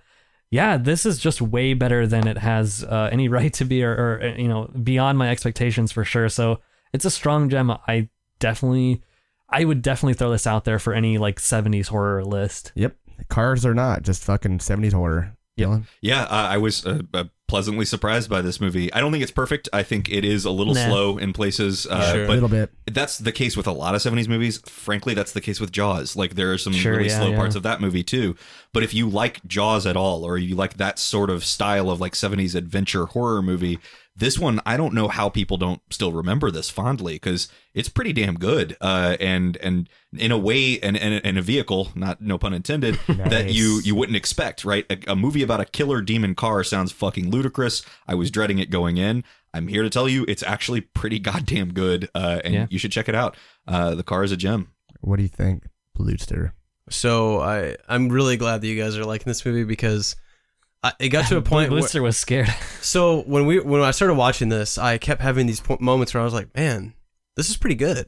yeah, this is just way better than it has uh, any right to be, or, or uh, you know, beyond my expectations for sure. So it's a strong gem. I definitely, I would definitely throw this out there for any like '70s horror list. Yep, cars are not just fucking 70s horror. Dylan? Yeah, uh, I was uh, uh, pleasantly surprised by this movie. I don't think it's perfect. I think it is a little Nah. slow in places, uh, Sure. a but little bit. that's the case with a lot of 70s movies. Frankly, that's the case with Jaws. Like there are some Sure, really yeah, slow yeah. parts of that movie too. But if you like Jaws at all or you like that sort of style of like 70s adventure horror movie, this one I don't know how people don't still remember this fondly cuz it's pretty damn good. Uh and and in a way and and, and a vehicle, not no pun intended, that Nice. you you wouldn't expect, right? A, a movie about a killer demon car sounds fucking ludicrous. I was dreading it going in. I'm here to tell you it's actually pretty goddamn good, uh, and Yeah. you should check it out. Uh, the car is a gem. What do you think, Bluester? so I I'm really glad that you guys are liking this movie because I, it got to a point where, Booster was scared. so when we when I started watching this, I kept having these po- moments where I was like, man, this is pretty good.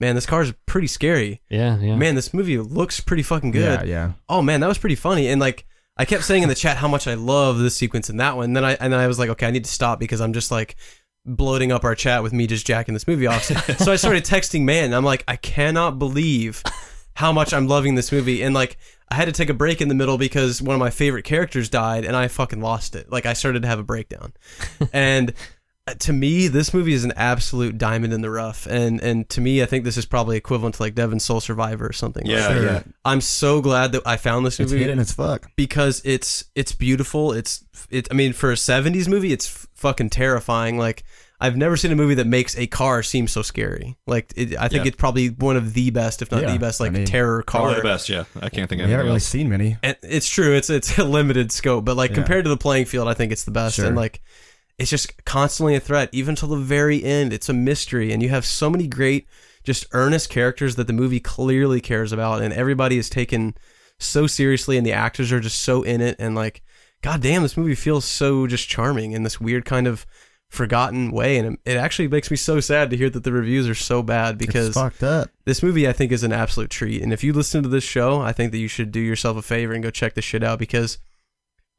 Man, this car is pretty scary. yeah, yeah. Man, this movie looks pretty fucking good. Yeah, yeah. oh man, that was pretty funny. And like I kept saying in the chat how much I love this sequence and that one. And then I and then I was like, okay, I need to stop because I'm just like bloating up our chat with me just jacking this movie off. so I started texting man. And I'm like, I cannot believe how much I'm loving this movie. And like, I had to take a break in the middle because one of my favorite characters died, and I fucking lost it. Like, I started to have a breakdown. and uh, to me, this movie is an absolute diamond in the rough. And and to me, I think this is probably equivalent to like Devin's Soul Survivor or something. Yeah, Like, Sure. yeah. I'm so glad that I found this It's movie hidden as fuck. because it's it's beautiful. It's it. I mean, for a '70s movie, it's f- fucking terrifying. Like I've never seen a movie that makes a car seem so scary. Like it, I think Yeah. it's probably one of the best, if not Yeah, the best, I like mean, terror Probably car. the best. Yeah, I can't think of we haven't anything really else. seen many. And it's true. It's it's a limited scope, but like Yeah. compared to the playing field, I think it's the best. Sure. And like it's just constantly a threat, even till the very end. It's a mystery, and you have so many great, just earnest characters that the movie clearly cares about, and everybody is taken so seriously, and the actors are just so in it, and like, god damn, this movie feels so just charming in this weird kind of forgotten way, and it, it actually makes me so sad to hear that the reviews are so bad it's because fucked up. this movie I think is an absolute treat. And if you listen to this show, I think that you should do yourself a favor and go check this shit out because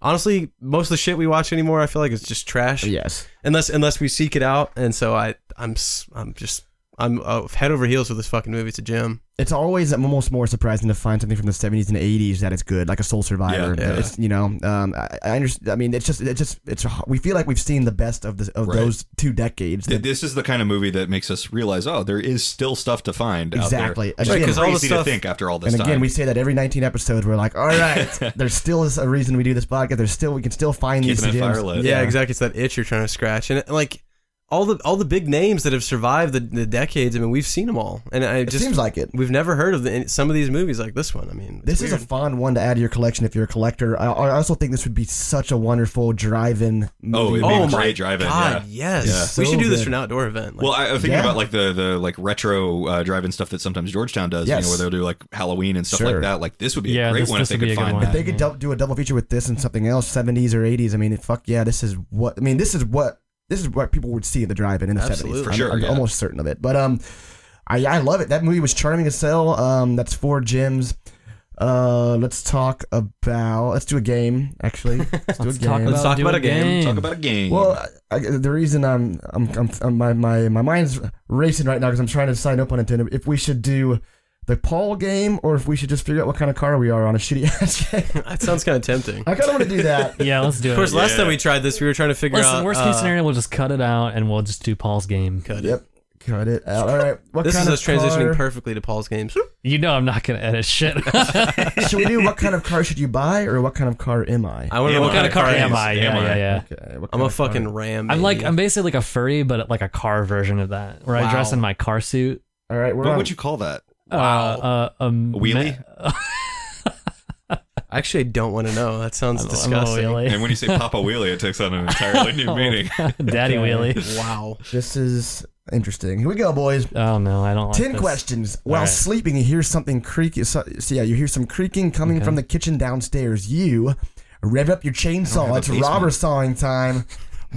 honestly, most of the shit we watch anymore, I feel like it's just trash Yes. unless unless we seek it out. And so I I'm s- I'm just I'm uh, head over heels for this fucking movie. It's a gem. It's always almost more surprising to find something from the 70s and 80s that is good, like a Soul Survivor. Yeah, yeah. It's, you know, um, I, I understand. I mean, it's just, it's just, it's. We feel like we've seen the best of the, of Right. those two decades. Th- This is the kind of movie that makes us realize, oh, there is still stuff to find. Exactly. Out there. Right, Which is 'cause all the crazy stuff- to think after all this and again, time. we say that every 19 episodes, we're like, all right, there's still is a reason we do this podcast. There's still we can still find Keeping these that gems. fire lit. Yeah, exactly. It's that itch you're trying to scratch, and like all the all the big names that have survived the, the decades. I mean, we've seen them all, and I It just seems like it. we've never heard of the, some of these movies like this one. I mean, it's This is weird. a fun one to add to your collection if you're a collector. I, I also think this would be such a wonderful drive-in Oh, movie. it'd be Oh a my great drive-in. God, yeah. yes, It's we so should do this good. for an outdoor event. Like, Well, I, I'm thinking Yeah. about like the the like retro uh, drive-in stuff that sometimes Georgetown does, you Yes. know, where they'll do like Halloween and stuff Sure. like that. Like this would be Yeah, a great this- one this if they would be could a good find. one. If they could dou- do a double feature with this and something else, 70s or 80s, I mean, fuck yeah, this is what I mean. This is what this is what people would see in the drive-in in the Absolutely. 70s. For I'm, sure, I'm yeah. almost certain of it. But um, I I love it. That movie was charming as hell. Um, that's four gems. Uh, let's talk about. Let's do a game. Actually, let's do a Let's talk game. about, Let's talk do about a game. Talk about a game. Well, I, I, the reason I'm, I'm, I'm, I'm my, my, my mind's racing right now because I'm trying to sign up on Nintendo. If we should do the Paul game or if we should just figure out what kind of car we are on a shitty ass game. that sounds kind of tempting. I kind of want to do that. Yeah, let's do it. Of course, last Yeah. time we tried this, we were trying to figure Listen, out. worst case uh, scenario, we'll just cut it out and we'll just do Paul's game. cut it. yep. Cut it out. All right. What This is kind us of transitioning car- perfectly to Paul's games. You know I'm not gonna edit shit. should we do what kind of car should you buy or what kind of car am I? I want to Yeah, know what what kind of car I am. is- I? Yeah, am I? yeah, yeah. Okay, what I'm kind a of car? fucking ram. I'm like baby. I'm basically like a furry, but like a car version of that, where I dress Wow. in my car suit. All right. We're what on- would you call that? Wow. Uh, um, Wheelie? I actually don't want to know. That sounds I'm a disgusting. wheelie. And when you say Papa Wheelie, it takes on an entirely Oh, new meaning. Daddy wheelie. wow. This is interesting. Here we go, boys. Oh no, I don't like Ten this. questions. While right. sleeping, you hear something creaky. So, so yeah, you hear some creaking coming Okay. from the kitchen downstairs. You rev up your chainsaw. a It's basement. robber sawing time.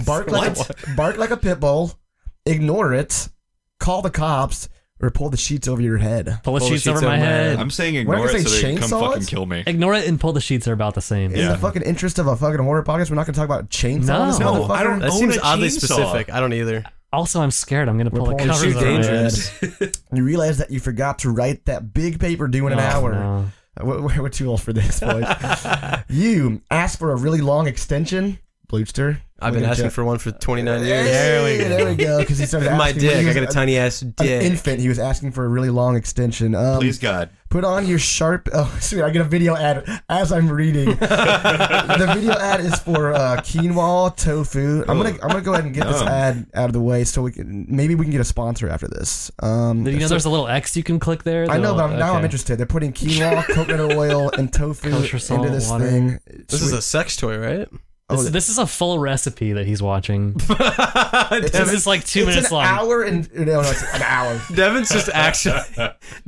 Bark like What? a, bark like a pit bull. Ignore it. Call the cops or pull the sheets over your head. Pull the Pull sheets over my head. I'm saying We're not ignore it gonna so say they can come chainsaws? fucking kill me. Ignore it and pull the sheets are about the same. In Yeah. the fucking interest of a fucking horror podcast, we're not going to talk about chainsaw. on This No. motherfucker? I don't- That Own seems a oddly chainsaw. specific. I don't either. Also, I'm scared. I'm gonna We're pull the pulling covers Too sheets over my head. dangerous. You realize that you forgot to write that big paper due in an Oh, hour. Uh, no. We're, we're- we're too old for this, boys. you asked for a really long extension, Bluester. I've been Look at asking you. for one for 29 years. There we go. There we go. Because he started My asking when dick. he I was got a tiny ass an dick. infant. He was asking for a really long extension. Um, Please God. put on your sharp. Oh, sweet! I get a video ad as I'm reading. the video ad is for uh, quinoa tofu. I'm gonna I'm gonna go ahead and get this Yum. ad out of the way so we can maybe we can get a sponsor after this. Um, Did you know so- there's a little X you can click there? I know, That'll- but I'm, now I'm okay. interested. They're putting quinoa, coconut oil, and tofu Kosher salt, into this water. thing. This is a sex toy, right? Oh, This, this is a full recipe that he's watching. Devin, This is like two it's minutes an long. hour and no, no, it's an hour. Devin's just actually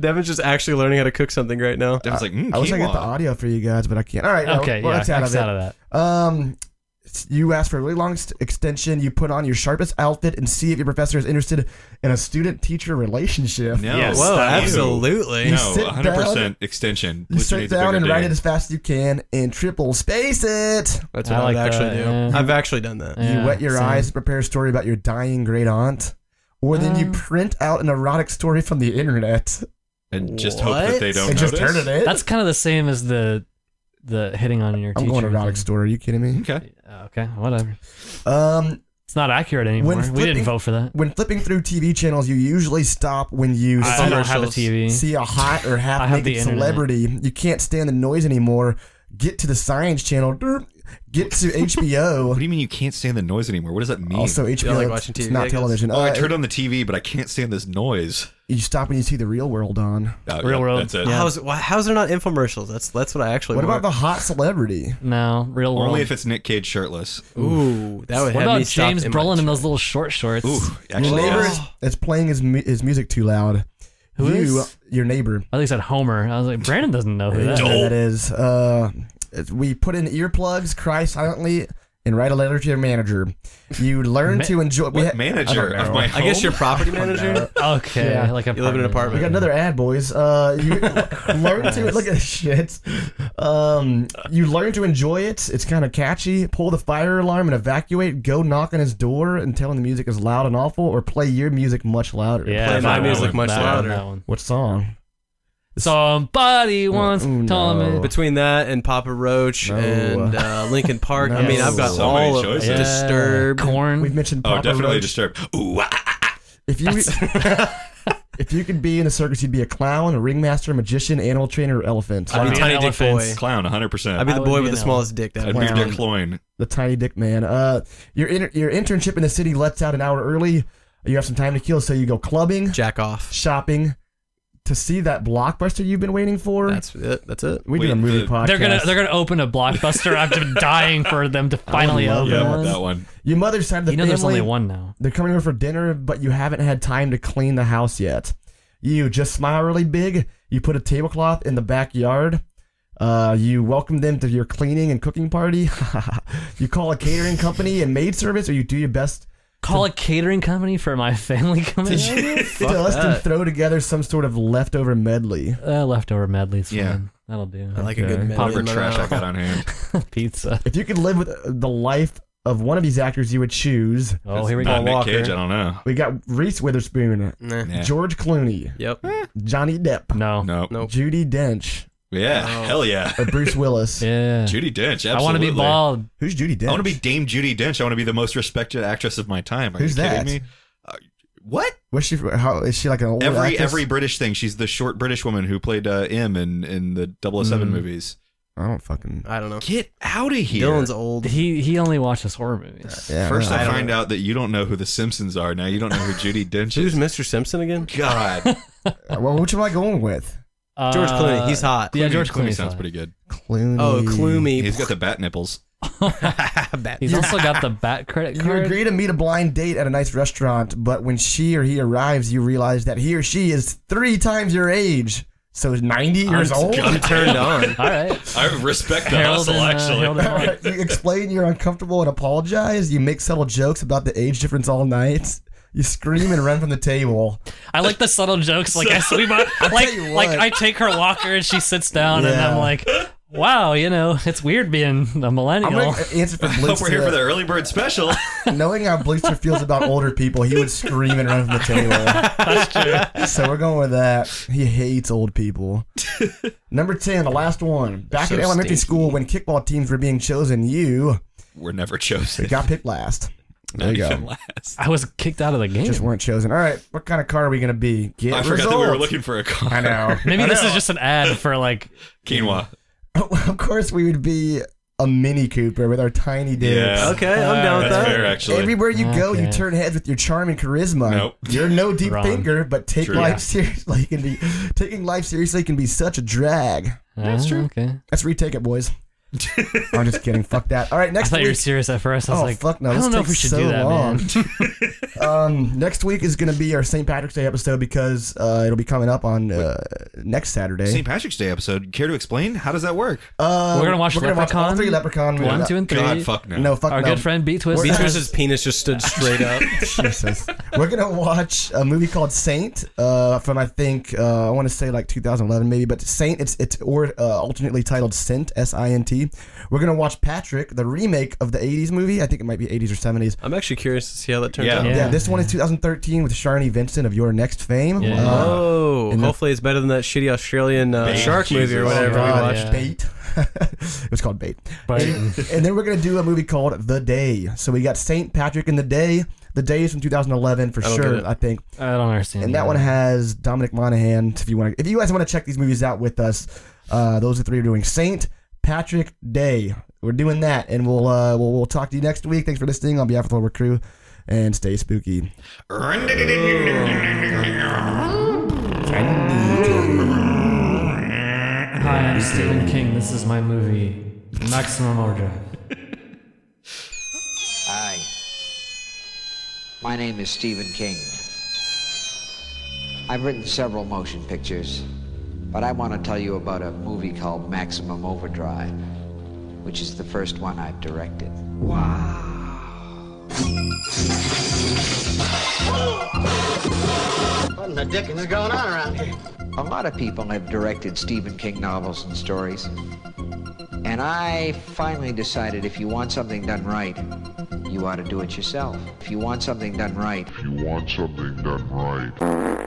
Devin's just actually learning how to cook something right now. Devin's like, mm, I wish I could get the quinoa. audio for you guys, but I can't. All right, no, Okay, well, yeah, that's out X of it. out of that. Um, s- you asked for a really long st- extension. You put on your sharpest outfit and see if your professor is interested in a student-teacher relationship. No, Yes, Whoa, stop. absolutely. No, sit 100% down- extension. You Blister sit needs a down bigger and write dick. it as fast as you can and triple space it. That's what I I, would like actually that, do. yeah. I've actually done that. Yeah, you wet your same. eyes to prepare a story about your dying great aunt. Or then you Uh. print out an erotic story from the internet. and just hope that What? they don't It just notice. turned it in. That's kind of the same as the the hitting on your. I'm teacher going erotic thing. store. Are you kidding me? Okay. Yeah, Okay, whatever. Um, It's not accurate anymore. we flipping- didn't vote for that. when flipping through TV channels, you usually stop when you I, I see, don't have a commercials. TV. see a hot or I half have the naked internet. celebrity. You can't stand the noise anymore. Get to the science channel. derp, Get to What HBO. do you mean you can't stand the noise anymore? What does that mean? Also, HBO. like it's- watching it's TV, I not guess. television. oh, I Uh, turned on the TV, but I can't stand this noise. you stop when you see the real world on. Oh, Real yeah, world. That's it. Yeah. How's why, how's there not infomercials? That's that's what I actually. What about want. the hot celebrity? No, real world. Only if it's Nick Cage shirtless. Ooh, that would have what about me stopped James in my Brolin in tracks. those little short shorts? Ooh, actually, Your neighbor yes. is, is playing his mu- his music too loud. Who you, is? Your neighbor. I think it's at Homer. I was like, Brandon doesn't know who Yeah, that. Joel. is. that is. Uh, it's- we put in earplugs, cry silently, and write a letter to your manager. You learn Ma- to enjoy. We What ha- manager I don't of know. my I guess home? your property manager. Okay, Yeah. like a You live in an we apartment. got another ad, boys. Uh, you learn to look at shit. Um, you learn to enjoy it. It's kind of catchy. Pull the fire alarm and evacuate. Go knock on his door and tell him the music is loud and awful, or play your music much louder. Yeah, Play that my one, music much that one, louder. that one. What song? Mm-hmm. Somebody once ooh, told no. me. Between that and Papa Roach No. and uh, Lincoln Park, I mean, No. I've got So many all of choices. yeah. Disturbed. corn. We've mentioned. Oh, Papa definitely Roach. disturbed. Ooh, ah, ah, ah. If you if you could be in a circus, you'd be a clown, a ringmaster, magician, animal trainer, or elephant. I'd I'd be be Tiny an Dick elephant. Boy. clown, 100. I'd percent be I the would boy be with an the smallest dick. I'd That be one. Dick Cloyne. The tiny dick man. Uh, your inter- your internship in the city lets out an hour early. You have some time to kill, so you go clubbing, Jack off. shopping, to see that blockbuster you've been waiting for. That's it. That's it. we did Wait, a movie the- podcast. They're gonna they're gonna open a blockbuster. I've been dying for them to finally love open Yeah, one. that one. your mother's side of the you know, family. there's only one now. They're coming over for dinner, but you haven't had time to clean the house yet. You just smile really big. You put a tablecloth in the backyard. Uh, you welcome them to your cleaning and cooking party. you call a catering company and maid service, or you do your best Call a catering company for my family coming. over? to us and throw together some sort of leftover medley. uh, leftover medley's Yeah. fine. That'll do. I like a good Okay. medley Whatever in my trash I mouth. got on hand. pizza. If you could live with the life of one of these actors, you would choose. Oh, here we Not go. Nick Walker. Cage. I don't know. We got Reese Witherspoon, Nah. Yeah. George Clooney, Yep. Johnny Depp, No. No. Nope. Judy Dench, Yeah. No. Hell yeah. or Bruce Willis. Yeah. Judy Dench. Absolutely. I want to be bald. Who's Judy Dench? I want to be Dame Judy Dench. I want to be the most respected actress of my time. Are Who's you kidding that? me? Uh, what? What's she? How is she like an old every actress? every British thing. She's the short British woman who played uh, M in in the 007 Mm. movies. I don't fucking. I don't know. Get out of here. Dylan's old. He he only watches horror movies. Yeah, First, no, I, I don't find out that you don't know who the Simpsons are. Now you don't know who Judy Dench Who's is. Mr. Simpson again? God, well, which am I going with? Uh, George Clooney. He's hot. yeah, George Clooney Clooney's sounds hot. pretty good. Clooney. Oh, Clooney. He's got the bat nipples. Bat- He's also got the bat credit You card. agree to meet a blind date at a nice restaurant, but when she or he arrives, you realize that he or she is three times your age. So is ninety years old. I'm turned uh, on. All right. I respect the Harold hustle. and, uh, Harold actually, and Maude. you explain you're uncomfortable and apologize. You make subtle jokes about the age difference all night. You scream and run from the table. I like the subtle jokes. Like I sleep on, like you like what. I take her walker and she sits down and Yeah. I'm like, wow, you know, it's weird being a I'm millennial. gonna answer for hope Blitz. we're here for to- the early bird special. Knowing how Bleacher feels about older people, he would scream and run from the table. That's true. So we're going with that. He hates old people. Number 10, the last one. Back so at elementary stinky. school, when kickball teams were being chosen, you we're never chosen. got picked last. There you Not go. even last. I was kicked out of the game. Just weren't chosen. All right, what kind of car are we going to be? Get I forgot that we were results. looking for a car. I know. Maybe I this know. is just an ad for like Quinoa. of course, we would be a Mini Cooper with our tiny dudes. Yeah. Okay, I'm down with That's that. fair, actually. Everywhere you go, you Okay. turn heads with your charm and charisma. Nope. You're no deep Wrong. thinker, but take True. life seriously can be taking life seriously can be such a drag. That's true. Okay. Let's retake it, boys. I'm just kidding. Fuck that. All right, I next thought you were week. serious at first. I was Oh, like, fuck no, I this don't know if we takes should so do that, man. um, next week is gonna be our St. Patrick's Day episode because uh, it'll be coming up on uh, next Saturday. St. Patrick's Day episode. Care to explain? How does that work? Uh, We're gonna watch all Leprechaun? three Leprechaun. We're One, gonna- two, and three. God, fuck no. No, fuck Our no. good friend B Twist. has- Beatrice's penis just stood straight up. Jesus. We're gonna watch a movie called Saint uh, from I think uh, I want to say like 2011 maybe, but Saint it's it's or uh, alternately titled Sint S I N T. DC. We're gonna watch Patrick, the remake of the '80s movie. I think it might be '80s or '70s. I'm actually curious to see how that turns Yeah. out. Yeah, Yeah. this one is 2013 with Sharni Vincent of Your Next Fame. Yeah. Uh, Oh, And the- hopefully it's better than that shitty Australian uh, Bait. shark movie or Jesus. whatever Oh, we God, watched. yeah. Bait. it was called Bait. But And, and then we're gonna do a movie called The Day. So we got Saint Patrick and The Day. The Day is from 2011 for I don't get sure, it. I think. I don't understand. And that one has Dominic Monaghan. If you want, if you guys want to check these movies out with us, uh, those are three we're doing Saint Patrick Day. We're doing that, and we'll uh, we'll, we'll talk to you next week. Thanks for listening on behalf of the Horror Crew, and stay spooky. Hi, I'm Stephen King. This is my movie, Maximum Order. Hi. My name is Stephen King. I've written several motion pictures, but I want to tell you about a movie called Maximum Overdrive, which is the first one I've directed. What in the dickens is going on around here? A lot of people have directed Stephen King novels and stories. And I finally decided if you want something done right, you ought to do it yourself. If you want something done right, you want something done right,